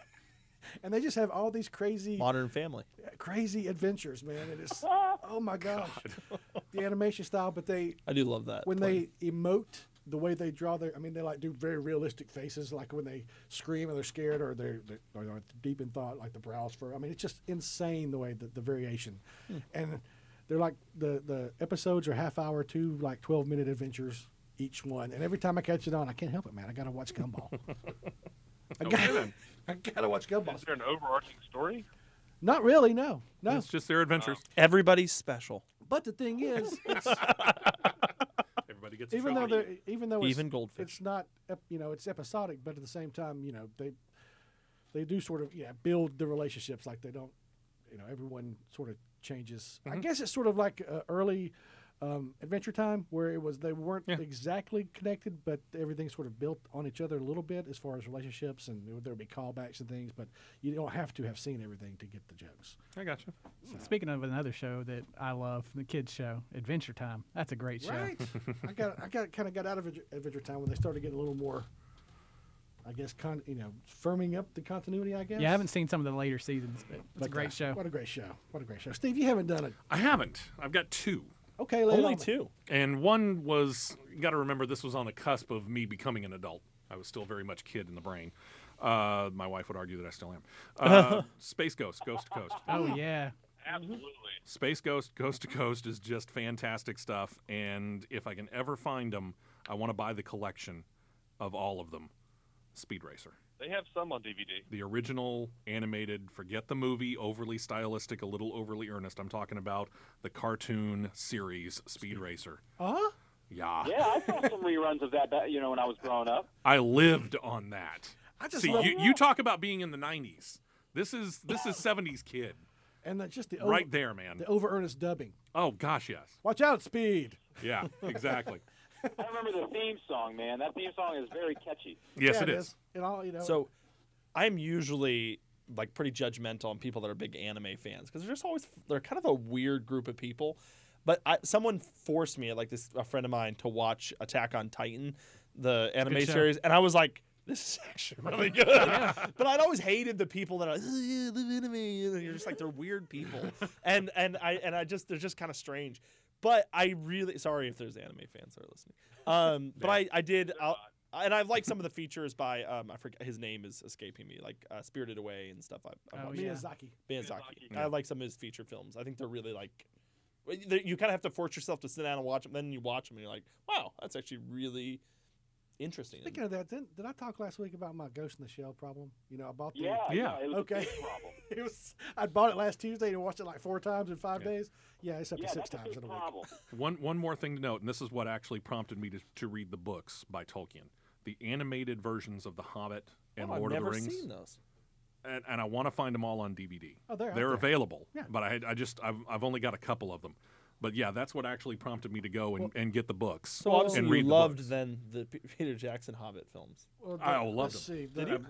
and they just have all these crazy
Modern Family.
crazy adventures, man. It is oh my gosh,
[LAUGHS]
the animation style. But they
I do love that.
when they emote, the way they draw their, I mean, they like do very realistic faces, like when they scream and they're scared or they're, they're, or they're deep in thought, like the brows furrow. I mean, it's just insane the way that the variation,
Hmm.
and they're like the the episodes are half hour to like twelve minute adventures each one. And every time I catch it on, I can't help it, man. I gotta watch
[LAUGHS]
Gumball. I
Oh,
gotta, [LAUGHS] I gotta watch Gumball.
Is there an overarching story?
Not really, no, no.
It's just their adventures.
Everybody's special.
But the thing is, it's,
Everybody gets a
even though
trophy.
they're even though it's,
Even goldfish.
it's not ep- you know it's episodic, but at the same time you know they they do sort of yeah build the relationships like they don't you know everyone sort of changes.
Mm-hmm.
I guess it's sort of like uh, early. Um, Adventure Time, where it was they weren't exactly connected, but everything sort of built on each other a little bit as far as relationships, and there would there'd be callbacks and things. But you don't have to have seen everything to get the jokes.
I got you.
Speaking of another show that I love, the kids show, Adventure Time. That's a great show.
Right. I got I got kind of got out of Adventure- Adventure Time when they started getting a little more, I guess, con, you know, firming up the continuity. I guess.
Yeah, I haven't seen some of the later seasons, but it's a
But,
great
uh,
show.
What a great show! What a great show, Steve. You haven't done it.
I haven't. I've got two.
Okay, lay it on me.
And one was, you got to remember, this was on the cusp of me becoming an adult. I was still very much kid in the brain. Uh, my wife would argue that I still am.
[LAUGHS]
Uh, Space Ghost, Ghost to Coast.
Oh yeah.
Absolutely.
Space Ghost, Coast to Coast is just fantastic stuff. And if I can ever find them, I want to buy the collection of all of them. Speed Racer.
They have some on DVD.
The original animated, forget the movie, overly stylistic, a little overly earnest. I'm talking about the cartoon series Speed Racer.
Huh?
Yeah.
Yeah, I saw some reruns of that, back- you know, when I was growing up.
I lived on that.
I just
See,
love-
you, you talk about being in the 90s. This is this is 70s kid.
And that's just the
Right
over-
there, man.
Oh. The over earnest dubbing.
Oh gosh, yes.
Watch out, speed.
Yeah, exactly.
I remember the theme song, man. That theme song is very catchy.
Yes,
Yeah,
it is.
And all you know.
So I'm usually like pretty judgmental on people that are big anime fans because they're just always they're kind of a weird group of people. But I, someone forced me, like this a friend of mine, to watch Attack on Titan. the anime
show.
series, and I was like, this is actually really good. but I'd always hated the people that are like, oh, yeah, the anime, and you're just like they're weird people,
[LAUGHS]
and and I and I just they're just kind of strange. But I really sorry if there's anime fans that are listening.
[LAUGHS]
Um, but I I did. I'll, and I've liked some of the features by um, I forget his name is escaping me, like uh, Spirited Away and stuff. I've, I've
Oh,
watched.
yeah. Miyazaki.
Miyazaki.
Yeah.
I like some of his feature films. I think they're really like well, you- they- you kind of have to force yourself to sit down and watch them. Then you watch them and you're like, wow, that's actually really interesting.
Speaking of that, didn't, did I talk last week about my Ghost in the Shell problem? You know, I bought the
Yeah, yeah, it was a
okay.
big [LAUGHS] problem.
[LAUGHS] it was. I bought it last Tuesday and watched it like four times in five days. Yeah, it's up
Yeah,
to six
that's a
times
big
in a week.
problem.
One one more thing to note, and this is what actually prompted me to, to read the books by Tolkien, the animated versions of The Hobbit and
Oh, I've
Lord of
never
the Rings.
seen those.
And, and I want to find them all on DVD.
Oh, they're out
they're
there.
available.
Yeah.
But I, I just I've, I've only got a couple of them. But yeah, that's what actually prompted me to go and, and get the books.
so obviously
and
you
read the
loved
books.
then the P- Peter Jackson Hobbit films.
Well, the-
I loved
let's
them.
see,
Did
the- uh,
you?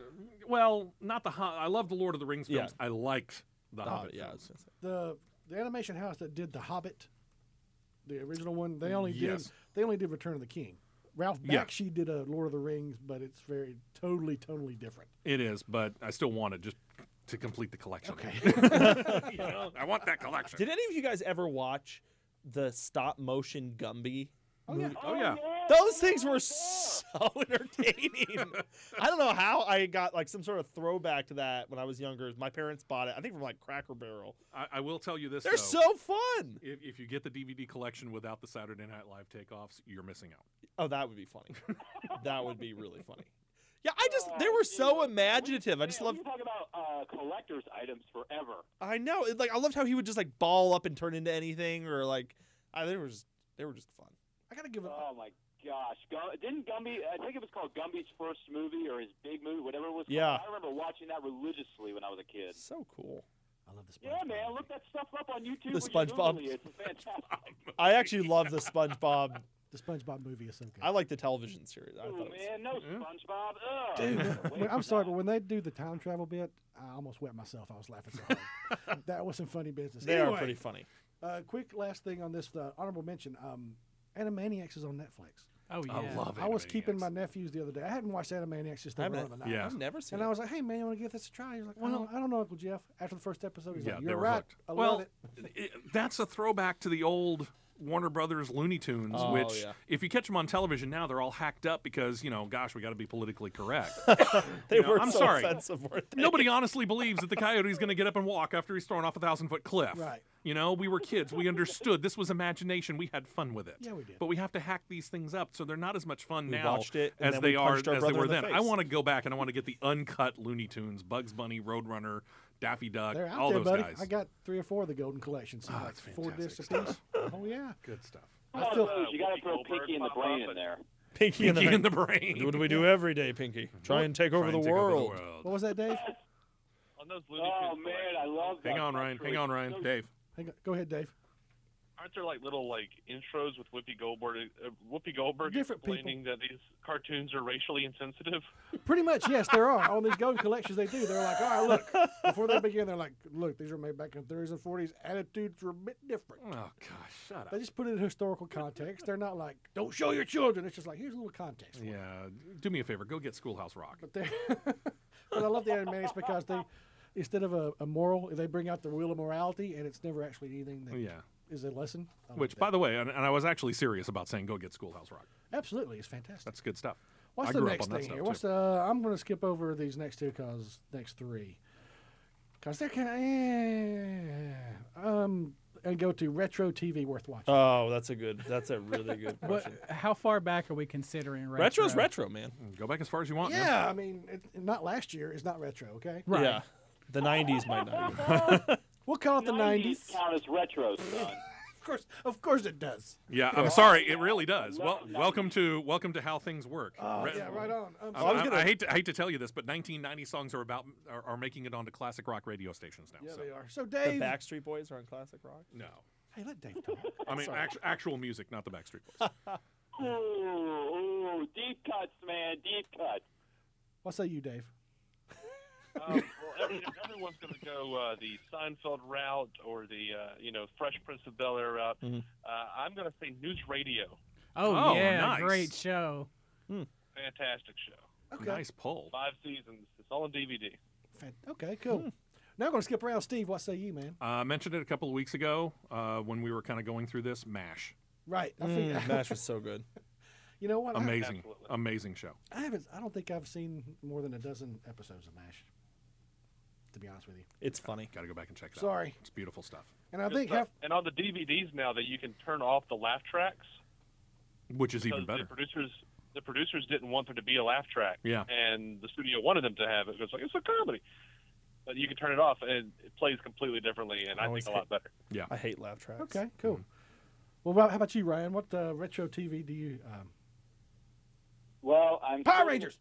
Well, not the Hobbit. I love the Lord of the Rings
Yeah.
films. I liked the,
The
Hobbit.
Hobbit, yeah, I was
films.
gonna say.
The the animation house that did The Hobbit, the original one, they only
Yes.
did they only did Return of the King. Ralph
Yeah.
Bakshi did a Lord of the Rings, but it's very totally totally different.
It is, but I still want it just to complete the collection. [LAUGHS] Okay. I want that collection.
Did any of you guys ever watch the stop motion Gumby? Oh yeah.
Oh, yeah.
Those things were so [LAUGHS] entertaining. [LAUGHS] I don't know how I got like some sort of throwback to that when I was younger. My parents bought it, I think from like Cracker Barrel.
I, I will tell you this.
They're
though.
so fun.
If, if you get the DVD collection without the Saturday Night Live takeoffs, you're missing out.
Oh, that would be funny. that would be really funny. Yeah, I [LAUGHS] just
Uh,
they were so imaginative. I just love
We can talk about uh, collector's items forever.
I know. It, like I loved how he would just like ball up and turn into anything or like I they were just they were just fun.
I gotta give it.
Oh my gosh, Gum- didn't Gumby? I think it was called Gumby's first movie or his big movie, whatever it was. called.
Yeah.
I remember watching that religiously when I was a kid.
So cool.
yeah, man, look that stuff up on YouTube.
The
when you Google
SpongeBob-
it. It's fantastic.
[LAUGHS] I actually love the SpongeBob.
The SpongeBob movie is so good. [LAUGHS]
I like the television series. I thought it was
Oh, man, no SpongeBob. Ugh.
When- I'm sorry, but when they do the time travel bit, I almost wet myself. I was laughing so
[LAUGHS]
hard. that was some funny business.
They
Anyway,
are pretty funny.
Uh, quick last thing on this uh, honorable mention. Um, Animaniacs is on Netflix.
Oh yeah.
I love
I was keeping my nephews the other day. I hadn't watched Animaniacs since they
I've
were
ne-
on the night.
Yeah. I've
never seen
And
it.
I was like, "Hey man, you want to give this a try?" He's like, "I don't, I don't know, Uncle Jeff." After the first episode, he's
yeah,
like,
they
"You're
were
right.
hooked.
I
well,
love it."
it- that's a throwback to the old Warner Brothers Looney Tunes,
Oh,
which
yeah.
if you catch them on television now, they're all hacked up because you know, gosh, we got to be politically
[LAUGHS]
correct.
They
You know,
were
I'm
so
sorry.
offensive, weren't they?
Nobody honestly believes that the coyote's going to get up and walk after he's thrown off a thousand foot cliff.
Right.
You know, we were kids. We understood this was imagination. We had fun with it.
Yeah, we did.
But we have to hack these things up, so they're not as much fun
We
now
watched it, and
as
then
they
we
are
punched our
as they
brother
were
in the
then. I
face.
want to go back and I want to get the uncut Looney Tunes, Bugs Bunny, Roadrunner, Daffy Duck,
They're out
all
there,
those
buddy.
guys.
I got three or four of the golden collections, so
Ah,
like
it's
four discs
fantastic
apiece. Oh yeah,
Good stuff.
One of
still-
those, you got to throw Pinky in the brain in there.
Pinky, in, the
Pinky
brain.
[LAUGHS] in the brain.
What do we do every day, Pinky? Try and take,
Try
over,
and
the
take over the
world.
world.
What was that, Dave?
On those Looney
Oh
Tunes
man, I love that.
Hang on, Ryan. Hang on, Ryan. Dave.
Hang on. Go ahead, Dave.
aren't there like little like intros with Whoopi Goldberg? Uh, Whoopi Goldberg
Different people.
explaining that these cartoons are racially
[LAUGHS]
insensitive.
Pretty much, yes, there are. On these golden collections, they do. They're like, all right, look. Before they begin, they're like, look, these were made back in the 30s and 40s. Attitudes were a bit different.
Oh gosh, shut up.
They just put it in historical context. They're not like, don't show your children. It's just like, here's a little context.
Yeah. Do me a favor. Go get Schoolhouse Rock.
But, they- [LAUGHS] but I love the Animaniacs because they, instead of a, a moral, they bring out the wheel of morality, and it's never actually anything that is
Yeah.
a lesson. I love
Which,
that.
by the way, and, and I was actually serious about saying go get Schoolhouse Rock.
absolutely is fantastic.
That's good stuff.
What's
I
the
grew
next
up on that
thing
stuff
here? What's
too.
the? I'm going to skip over these next two cause next three, cause they're kind of um and go to retro TV worth watching.
Oh, that's a good. That's a really good
What,
question.
how far back are we considering retro?
Retro's retro, man.
Go back as far as you want. man.
yeah, I mean, it, not last year. It's not retro, okay?
Right.
Yeah. The '90s might not. Be.
We'll call it the 90s.
Count as retro,
[LAUGHS]
son.
Of course, of course, it does.
Yeah, I'm sorry. It really does. Well, welcome to welcome to how things work.
Oh,
Re-
yeah, right on. Um,
I,
so-
I- I hate to I hate to tell you this, but 1990 songs are about are, are making it onto classic rock radio stations now.
yeah,
so.
they are. [LAUGHS] So
The
Dave,
Backstreet Boys are on classic rock.
No,
hey, let Dave talk.
I mean
Sorry.
actu- actual music, not the Backstreet Boys.
Ooh, ooh, deep cuts, man, deep cuts.
What say you, Dave?
Um, well, every, everyone's going to go uh, the Seinfeld route or the uh, you know Fresh Prince of Bel Air
Mm-hmm.
route. Uh, I'm going to say news radio.
Oh,
Oh,
yeah,
nice.
great show.
Fantastic
[LAUGHS]
show.
Okay. Nice
pull.
Five seasons. It's all on DVD.
Fan- Okay, cool.
Hmm.
Now I'm going to skip around. Steve, what say you, man?
Uh, I mentioned it a couple of weeks ago uh, when we were kind of going through this. Mash,
Right. I
Mm, MASH was so good.
[LAUGHS] You know what? I-
Hmm, amazing, amazing show.
I haven't. I don't think I've seen more than a dozen episodes of Mash. To be honest with you,
It's funny.
Got to go back and check it out.
Sorry.
it's beautiful stuff.
and I
Good
think
stuff.
half.
and on the DVDs now that you can turn off the laugh tracks,
Which is even
because
better.
The producers, the producers didn't want there to be a laugh track.
Yeah.
And the studio wanted them to have it because like it's a comedy, but you can turn it off and it plays completely differently, and
I
I,
always
think a lot
hate-
better.
Yeah. [LAUGHS]
I hate laugh tracks.
Hmm.
Okay, cool. Well, Well, how about you, Ryan? What uh, retro TV do you?
[LAUGHS]
Um,
Well, I'm
Power
still-
Rangers.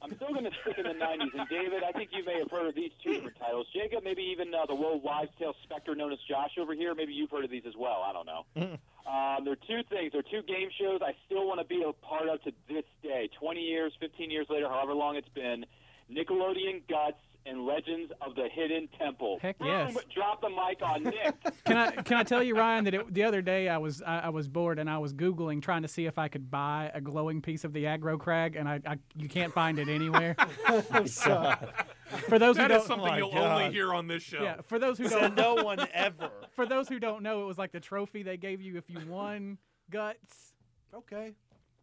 I'm still going to stick in the '90s. And David, I think you may have heard of these two different titles. Jacob, maybe even uh, the Woe Wives Tale Spectre, known as Josh over here. Maybe you've heard of these as well. I don't know. Um, there are two things. There are two game shows I still want to be a part of to this day. 20 years, 15 years later, however long it's been. Nickelodeon Guts and Legends of the Hidden Temple.
Heck
Boom,
yes.
Drop the mic on Nick.
can I can I tell you, Ryan, that it, the other day I was I, I was bored and I was googling trying to see if I could buy a glowing piece of the aggro crag, and I, I you can't find it anywhere. For those who
That is
don't
Oh
something you'll only hear on this show.
Yeah, for those who
Said
don't
no one ever.
[LAUGHS] For those who don't know, it was like the trophy they gave you if you won guts.
Okay.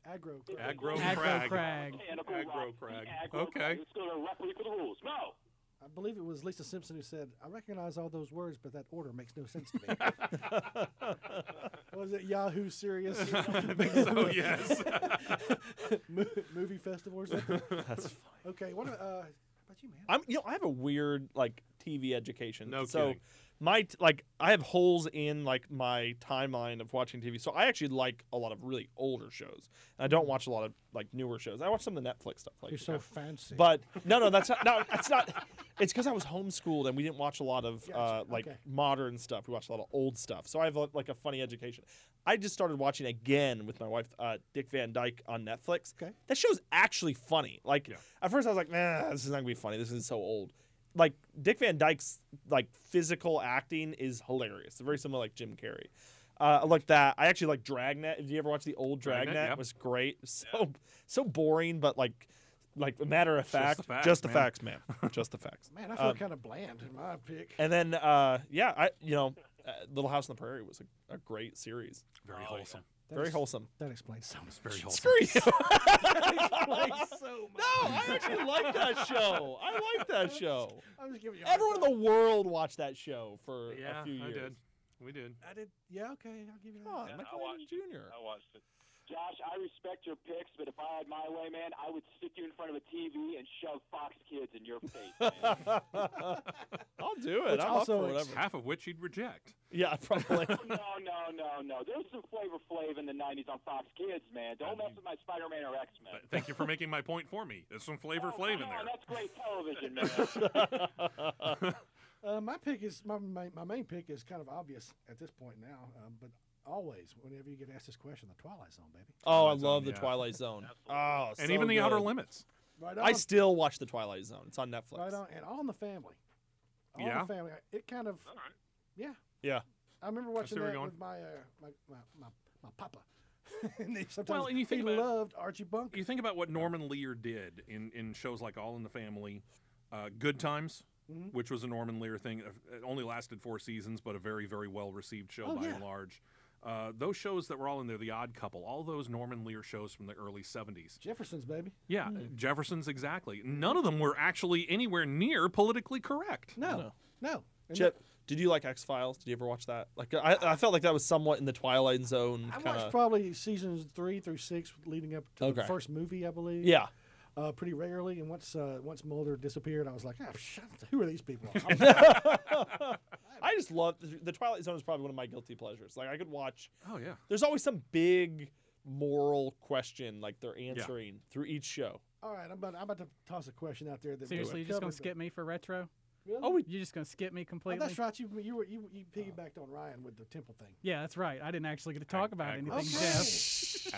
Agro.
Agro
Aggro
crag.
crag.
Agro crag.
Aggro
Okay.
Let's go to referee for the rules. Mo.
I believe it was Lisa Simpson who said, "I recognize all those words, but that order makes no sense to me."
[LAUGHS]
was it Yahoo Serious?
I think [LAUGHS] so, yes.
Mo- movie festival or something.
[LAUGHS] That's funny.
Okay. What? Uh, how about you, man?
I'm you know I have a weird like TV education.
No
so
kidding.
my t- like I have holes in like my timeline of watching TV. So I actually like a lot of really older shows. And I don't watch a lot of like newer shows. I watch some of the Netflix stuff like
Mm. You're so fancy.
But no, no, that's not. No, that's not. It's because I was homeschooled and we didn't watch a lot of uh,
Gotcha,
like
okay.
modern stuff. We watched a lot of old stuff. So I have like a funny education. I just started watching again with my wife, uh, Dick Van Dyke on Netflix.
Okay.
That show's actually funny. Like
Yeah.
at first I was like, nah, this is not gonna be funny. This is so old. Like Dick Van Dyke's like physical acting is hilarious. Very similar like Jim Carrey. Uh, I like that. I actually like Dragnet. Did you ever watch the old
Dragnet,
Dragnet?
yeah.
It was great. So so boring, but like like a matter of
the
fact.
facts,
just the
man. [LAUGHS]
facts, man. Just the facts.
man, I feel
Um,
kind of bland in my pick.
and then uh, yeah, I you know, uh, Little House on the Prairie was a, a great series.
Very wholesome.
That
Very
is-
wholesome.
That explains so much.
Very wholesome.
Screw
[LAUGHS]
you.
so much.
[LAUGHS] No, I actually like that show. I like that show.
I'm just giving you. a hard
Everyone in
time.
the world watched that show for
[LAUGHS] Yeah,
a few
I
years.
did. We did.
I did. Yeah. Okay. I'll give you that.
Come on,
Yeah, I
Michael
watched
Landon Jr.
I watched it.
Josh, I respect your picks, but if I had my way, man, I would stick you in front of a TV and shove Fox Kids in your
[LAUGHS]
face.
[LAUGHS]
man.
I'll do it.
Which
I'm
also
up for
ex-
whatever.
Half of which you'd reject.
[LAUGHS]
Yeah, probably.
no, no, no, no. There's some Flavor Flav in the '90s on Fox Kids, man. Don't mess with my Spider-Man or X-Men.
But thank you for making my point for me. There's some flavor
Oh,
flav in
come
there.
on, That's
[LAUGHS]
great television, man.
Uh, my pick is my, my my main pick is kind of obvious at this point now, um, but always whenever you get asked this question, the Twilight Zone, baby.
[LAUGHS] oh, I
Twilight Zone,
love the
yeah.
Twilight Zone. Oh,
and
so
even the Outer
good.
Limits.
Right on,
I still watch the Twilight Zone. It's on Netflix.
right on, and all in the family. All in
Yeah.
the family. It kind of, yeah.
Yeah.
I remember
see
watching
where
that
you're
with my, uh, my, my my my papa. [LAUGHS] and they sometimes
and you think
he
about-
loved Archie Bunker.
You think about what Norman Lear did in, in shows like All in the Family, uh, Good Times,
Mm-hmm.
which was a Norman Lear thing. uh, It only lasted four seasons, but a very, very well received show
Oh,
by
yeah.
and large. Uh, those shows that were all in there, The Odd Couple, all those Norman Lear shows from the early 70s.
Jefferson's baby.
Yeah, Jefferson's exactly. None of them were actually anywhere near politically correct.
No, no. And
Chip, did you like X Files? Did you ever watch that? Like, I, I felt like that was somewhat in the Twilight Zone.
I
kinda-
watched probably seasons three through six leading up to
Okay.
the first movie, I believe.
Yeah.
uh, pretty regularly. And once uh, once Mulder disappeared, I was like, ah, shut, who are these people? I'm-
I just love the Twilight Zone is probably one of my guilty pleasures. Like I could watch.
Oh, yeah.
There's always some big moral question like they're answering through each show. [LAUGHS]
All right, I'm about, I'm about to toss a question out there. That we
Seriously, you're just gonna
covered,
skip me for retro?
Really?
Oh, we-
You're just gonna skip me
but- Oh,
completely?
that's right. You you, were, you you piggybacked on Ryan with the temple thing.
Yeah, that's right. I didn't actually get to talk about
I- [LAUGHS]
anything,
Okay.
Jeff.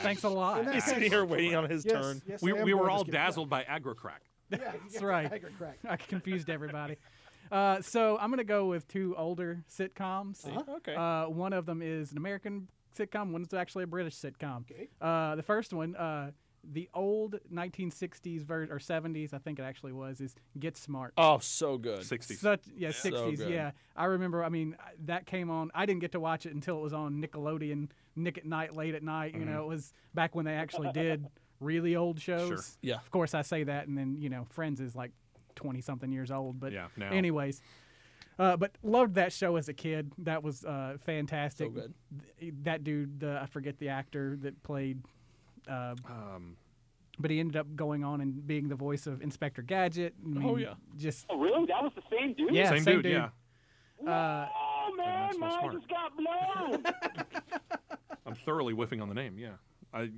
Thanks a lot.
And
He's sitting here waiting on his
yes,
turn.
yes,
We,
I am
we
going
were
to
all
skip- yeah,
dazzled by agrocrack.
[LAUGHS] Yeah, you
That's
got
right.
tiger crack.
[LAUGHS] I confused everybody. Uh, so I'm gonna go with two older sitcoms.
Uh-huh. Okay.
Uh, one of them is an American sitcom. One's actually a British sitcom.
Okay.
Uh, the first one, uh, the old 1960s version or 70s, I think it actually was, is Get Smart.
Oh, so good.
60s.
Such, yeah,
So
60s.
good.
yeah, I remember. I mean, I- that came on. I didn't get to watch it until it was on Nickelodeon, Nick at Night, late at night. You
Mhm.
know, it was back when they actually did really old shows.
Yeah.
Of course, I say that, and then you know, Friends is like twenty something years old. But
Yeah, now.
anyways. Uh, but loved that show as a kid. That was uh, fantastic.
good.
Th- That dude, uh, I forget the actor that played, uh,
Um,
but he ended up going on and being the voice of Inspector Gadget. I
Oh,
mean,
yeah.
just
Oh, really? That was the same dude?
yeah, same, dude.
Uh, oh, man, mine
smart.
just got blown.
I'm thoroughly whiffing on the name. Yeah, I.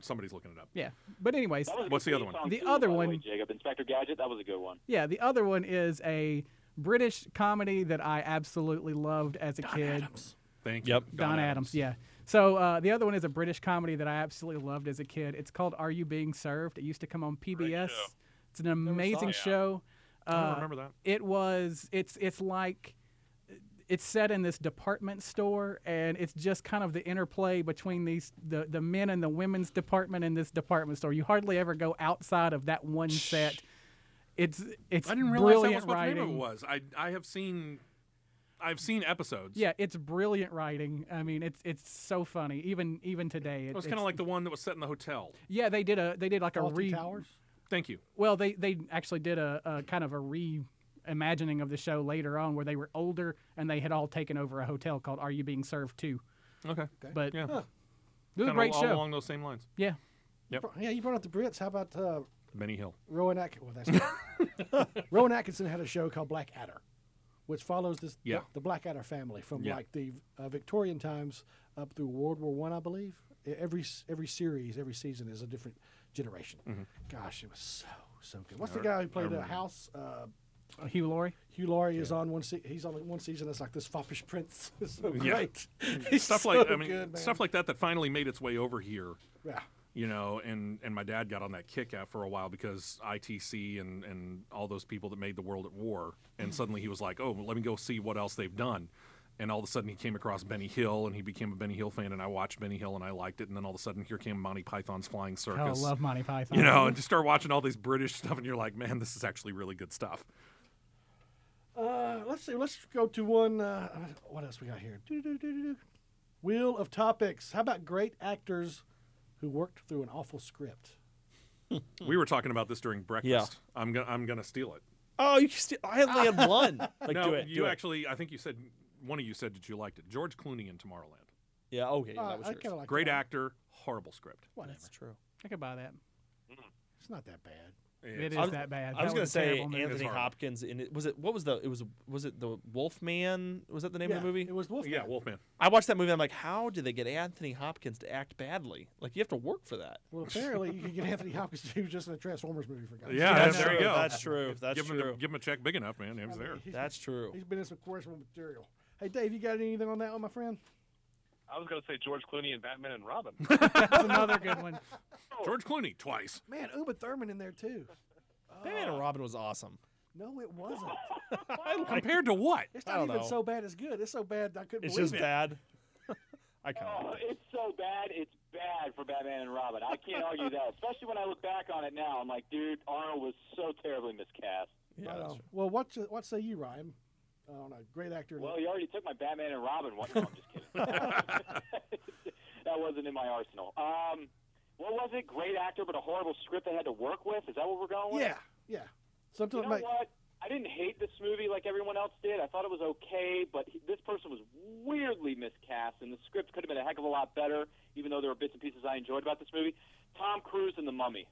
Somebody's looking it up.
Yeah. But anyways,
That was a
What's the
good
other
theme
one?
song,
The
too,
other
by
one-
way, Jacob. Inspector Gadget, that was a good one.
Yeah, the other one is a British comedy that I absolutely loved as a kid.
Thank you. Yep.
Don, Adams. yeah. So uh, the other one is a British comedy that I absolutely loved as a kid. It's called Are You Being Served? It used to come on PBS. It's an amazing
it.
show. Uh,
I don't remember that.
It was. It's it's like. It's set in this department store, and it's just kind of the interplay between these the, the men and the women's department in this department store. You hardly ever go outside of that one set. It's it's
I didn't realize that was
brilliant
what
writing.
the name of it was. I I have seen, I've seen episodes.
Yeah, it's brilliant writing. I mean, it's it's so funny. Even even today,
It was
it's-
kind of like the one that was set in the hotel.
yeah. They did a they did like a
Faulty
re
Towers? Thank you.
Well, they they actually did a, a kind of a reimagining of the show later on where they were older and they had all taken over a hotel called Are You Being Served Too.
Okay.
But
Yeah.
it was a
Kinda
great
all
show.
along those same lines.
Yeah.
Yep.
Yeah, you brought up the Brits. How about uh,
Benny Hill.
Rowan Atkinson?
[LAUGHS]
Well, that's Rowan Atkinson had a show called Blackadder, which follows this
Yeah.
the Blackadder family from
Yeah.
like the uh, Victorian times up through World War One, I, believe. E- Every s- every series, every season is a different generation.
Mm-hmm.
Gosh, it was so so good. What's the
I-
guy
I
who played the
remember.
House? Uh,
Uh, Hugh Laurie.
Hugh Laurie is on one. Se- he's on one season. It's like this foppish prince. [LAUGHS] It's so
Yeah. Mm-hmm.
great. He's
stuff like
so
I mean,
good, man.
stuff like that that finally made its way over here.
Yeah.
You know, and and my dad got on that kick out for a while because ITC and and all those people that made the world at war,
Mm-hmm.
and suddenly he was like, oh, well, let me go see what else they've done. And all of a sudden, he came across Benny Hill, and he became a Benny Hill fan. And I watched Benny Hill, and I liked it. And then all of a sudden, here came Monty Python's Flying Circus.
love Monty Python.
You know, and just start watching all these British stuff, and you're like, man, this is actually really good stuff.
Uh, let's see. Let's go to one. Uh, what else we got here? Doo-doo-doo-doo-doo. Wheel of topics. How about great actors who worked through an awful script?
Hmm.
We were talking about this during breakfast. I'm gonna I'm gonna steal it.
Oh, you can still. I only had one. Like,
no,
do it.
you
do it.
actually. I think you said one of you said that you liked it. George Clooney in Tomorrowland.
Yeah. Okay.
Uh,
Yeah, that was
I
yours.
kinda like
Great
that.
actor, horrible script.
Whatever.
That's true.
I could buy that.
It's not that bad.
It is
I was-
that bad.
I was
That
gonna
was a
say
terrible movie.
Anthony
It's horrible.
Hopkins in it. Was it what was the it was was it the Wolfman? Was that the name of the movie?
It was Wolfman.
Yeah, Wolfman.
I watched that movie. and I'm like, how did they get Anthony Hopkins to act badly? Like you have to work for that.
Well, apparently you could get Anthony Hopkins. He was just in a Transformers movie for God's
Yeah,
That's
there you
true,
go.
that's true, that's
give Him
true.
the, give him a check big enough, man. He's
sake. I
there.
mean, he's-
That's true.
He's been in some questionable material. Hey, Dave, you got anything on that one, my friend?
I was going to say George Clooney and Batman and
[LAUGHS]
Robin.
That's another good one.
George Clooney twice.
Man, Uma Thurman in there too.
Batman and Robin was awesome.
No, it wasn't.
[LAUGHS]
Compared to what?
It's
I
not
don't
even
know.
so bad. It's good. It's so bad I couldn't
It's
believe
just
it.
bad. [LAUGHS] I kind of.
Oh, it's so bad. It's bad for Batman and Robin. I can't argue that, especially when I look back on it now. I'm like, dude, Arnold was so terribly miscast.
I know. Well, what what say you, Ryan? On a great actor. that-
Well, you already took my Batman and Robin one. No, I'm just kidding. that wasn't in my arsenal. Um, what was it? Great actor, but a horrible script they had to work with. Is that what we're going with?
Yeah, yeah. Something
You know
like
what? I didn't hate this movie like everyone else did. I thought it was okay, but he, this person was weirdly miscast, and the script could have been a heck of a lot better. Even though there were bits and pieces I enjoyed about this movie, Tom Cruise and the
[LAUGHS]
Mummy.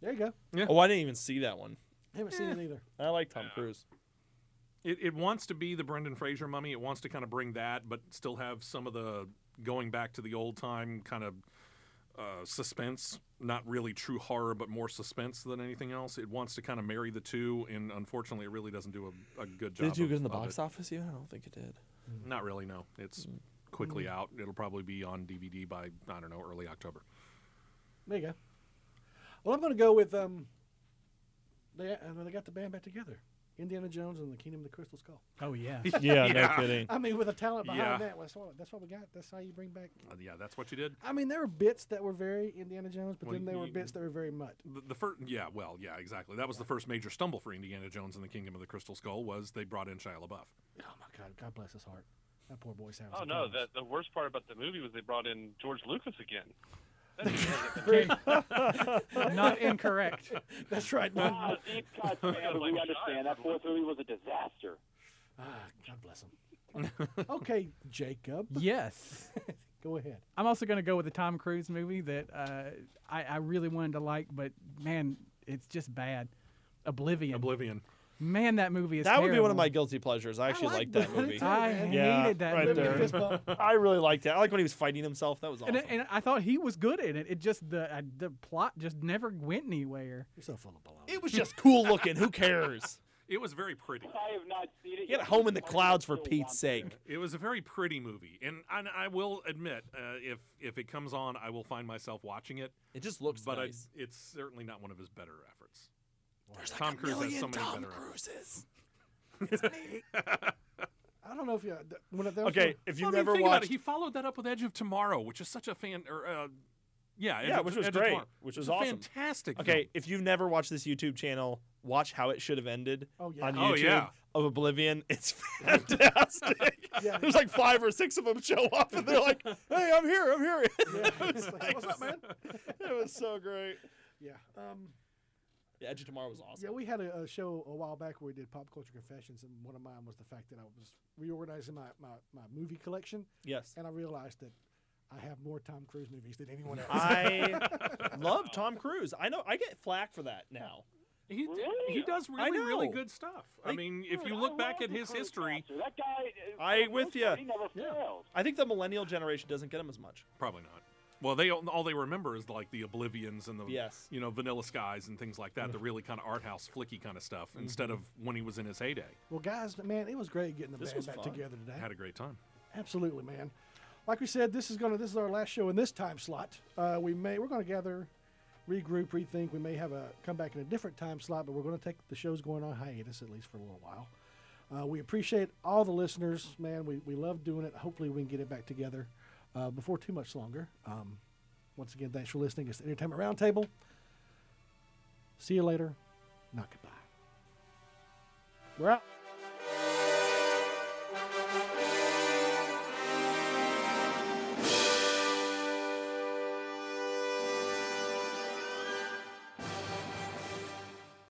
there you go.
Oh, I didn't even see that one.
Haven't seen it either.
I like Tom Cruise.
It, it wants to be the Brendan Fraser mummy. It wants to kind of bring that, but still have some of the going back to the old time kind of uh, suspense. Not really true horror, but more suspense than anything else. It wants to kind of marry the two, and unfortunately, it really doesn't do a, a good job.
Did you
of-
get in the
of
box
it.
office? Even I don't think it did.
Not really. No, it's quickly out. It'll probably be on DVD by I don't know early October.
There you go. Well, I'm going to go with um. They uh, they got the band back together. Indiana Jones and the Kingdom of the Crystal Skull.
Oh yeah.
Yeah, no kidding.
I mean, with a talent behind
Yeah.
that, that's what, that's what we got. That's how you bring back.
Uh, yeah, that's what you did.
I mean, there were bits that were very Indiana Jones, but
Well,
then there were
you-
bits that were very mutt.
The, the first, yeah, well, yeah, exactly. That was the first major stumble for Indiana Jones and the Kingdom of the Crystal Skull was they brought in Shia LaBeouf.
Oh my God, God bless his heart. That poor boy sounds.
Oh no, the, the worst part about the movie was they brought in George Lucas again. That dude hasn't been-
Not incorrect.
[LAUGHS] That's right.
[LAUGHS] Ah, deep cuts, man, but we understand. That fourth movie was a disaster.
Ah, God bless him. okay, Jacob.
[LAUGHS] Yes.
Go ahead.
I'm also going to go with the Tom Cruise movie that uh, I, I really wanted to like, but man, it's just bad. Oblivion.
Oblivion.
Man, that movie is.
That would be one of
terrible.
my guilty pleasures. I actually liked that movie.
I
yeah,
hated that
right
movie.
there. I really liked it. I like when he was fighting himself. That was awesome.
And, and I thought he was good in it. It just the I, the plot just never went anywhere.
You're so full of baloney.
It was just cool looking. Who cares?
It was very pretty.
I have not seen it.
Get
yet.
home in the clouds for Pete's sake.
It was a very pretty movie, and and I will admit, uh, if if it comes on, I will find myself watching it.
It just looks
but I-
nice.
it's certainly not one of his better efforts.
There's like
Tom
a
Cruise has
million
so many
Tom
better efforts.
Cruises.
I don't know if you. th- When that was
Okay,
the-
Well,
if you've
I mean,
ever
think about
watched,
it, he followed that up with Edge of Tomorrow, which is such a fan. Or, uh, yeah, Edge
yeah,
of-
which was
Edge of
great,
Tomorrow.
which
It's
was
a
awesome.
Fantastic.
Okay, if you've never watched this YouTube channel, watch how it should have ended
Oh, yeah.
on YouTube
Oh, yeah.
of Oblivion. [LAUGHS] It's
[LAUGHS]
fantastic.
Yeah.
There's like five or six of them show up, and they're like, "Hey, I'm here, I'm here." [LAUGHS]
Yeah,
it,
[LAUGHS]
was
it's like, what's up,
[LAUGHS]
man?
it was so great.
Yeah. Um,
Yeah, Edge of Tomorrow was awesome.
yeah, we had a, a show a while back where we did pop culture confessions, and one of mine was the fact that I was reorganizing my, my, my movie collection,
Yes,
and I realized that I have more Tom Cruise movies than
[LAUGHS]
anyone else.
I
[LAUGHS]
love Tom Cruise. I know I get flack for that now.
He,
Really?
he does
I
really, really
know.
good stuff. I
Like,
mean, if
Dude,
you
I
look back
love
at
the
his
Cruise
history,
Master. That guy. uh,
I
Tom
with
Cruise,
ya.
He never fails.
I think the millennial generation doesn't get him as much.
probably not. Well, they all all they remember is like the Oblivions and the
Yes.
you know Vanilla Skies and things like that,
Mm.
the really kind of art house flicky kind of stuff, instead of when he was in his heyday.
well, guys, man, it was great getting the
This
band
was
back
fun.
together today.
Had a great time.
Absolutely, man. Like we said, this is gonna this is our last show in this time slot. Uh, we may we're gonna gather, regroup, rethink. We may have a come back in a different time slot, but we're gonna take the show's going on hiatus at least for a little while. Uh, we appreciate all the listeners, man. We, we love doing it. Hopefully, we can get it back together uh, before too much longer. Um, once again, thanks for listening. It's the Entertainment Roundtable. See you later. Not goodbye. We're out.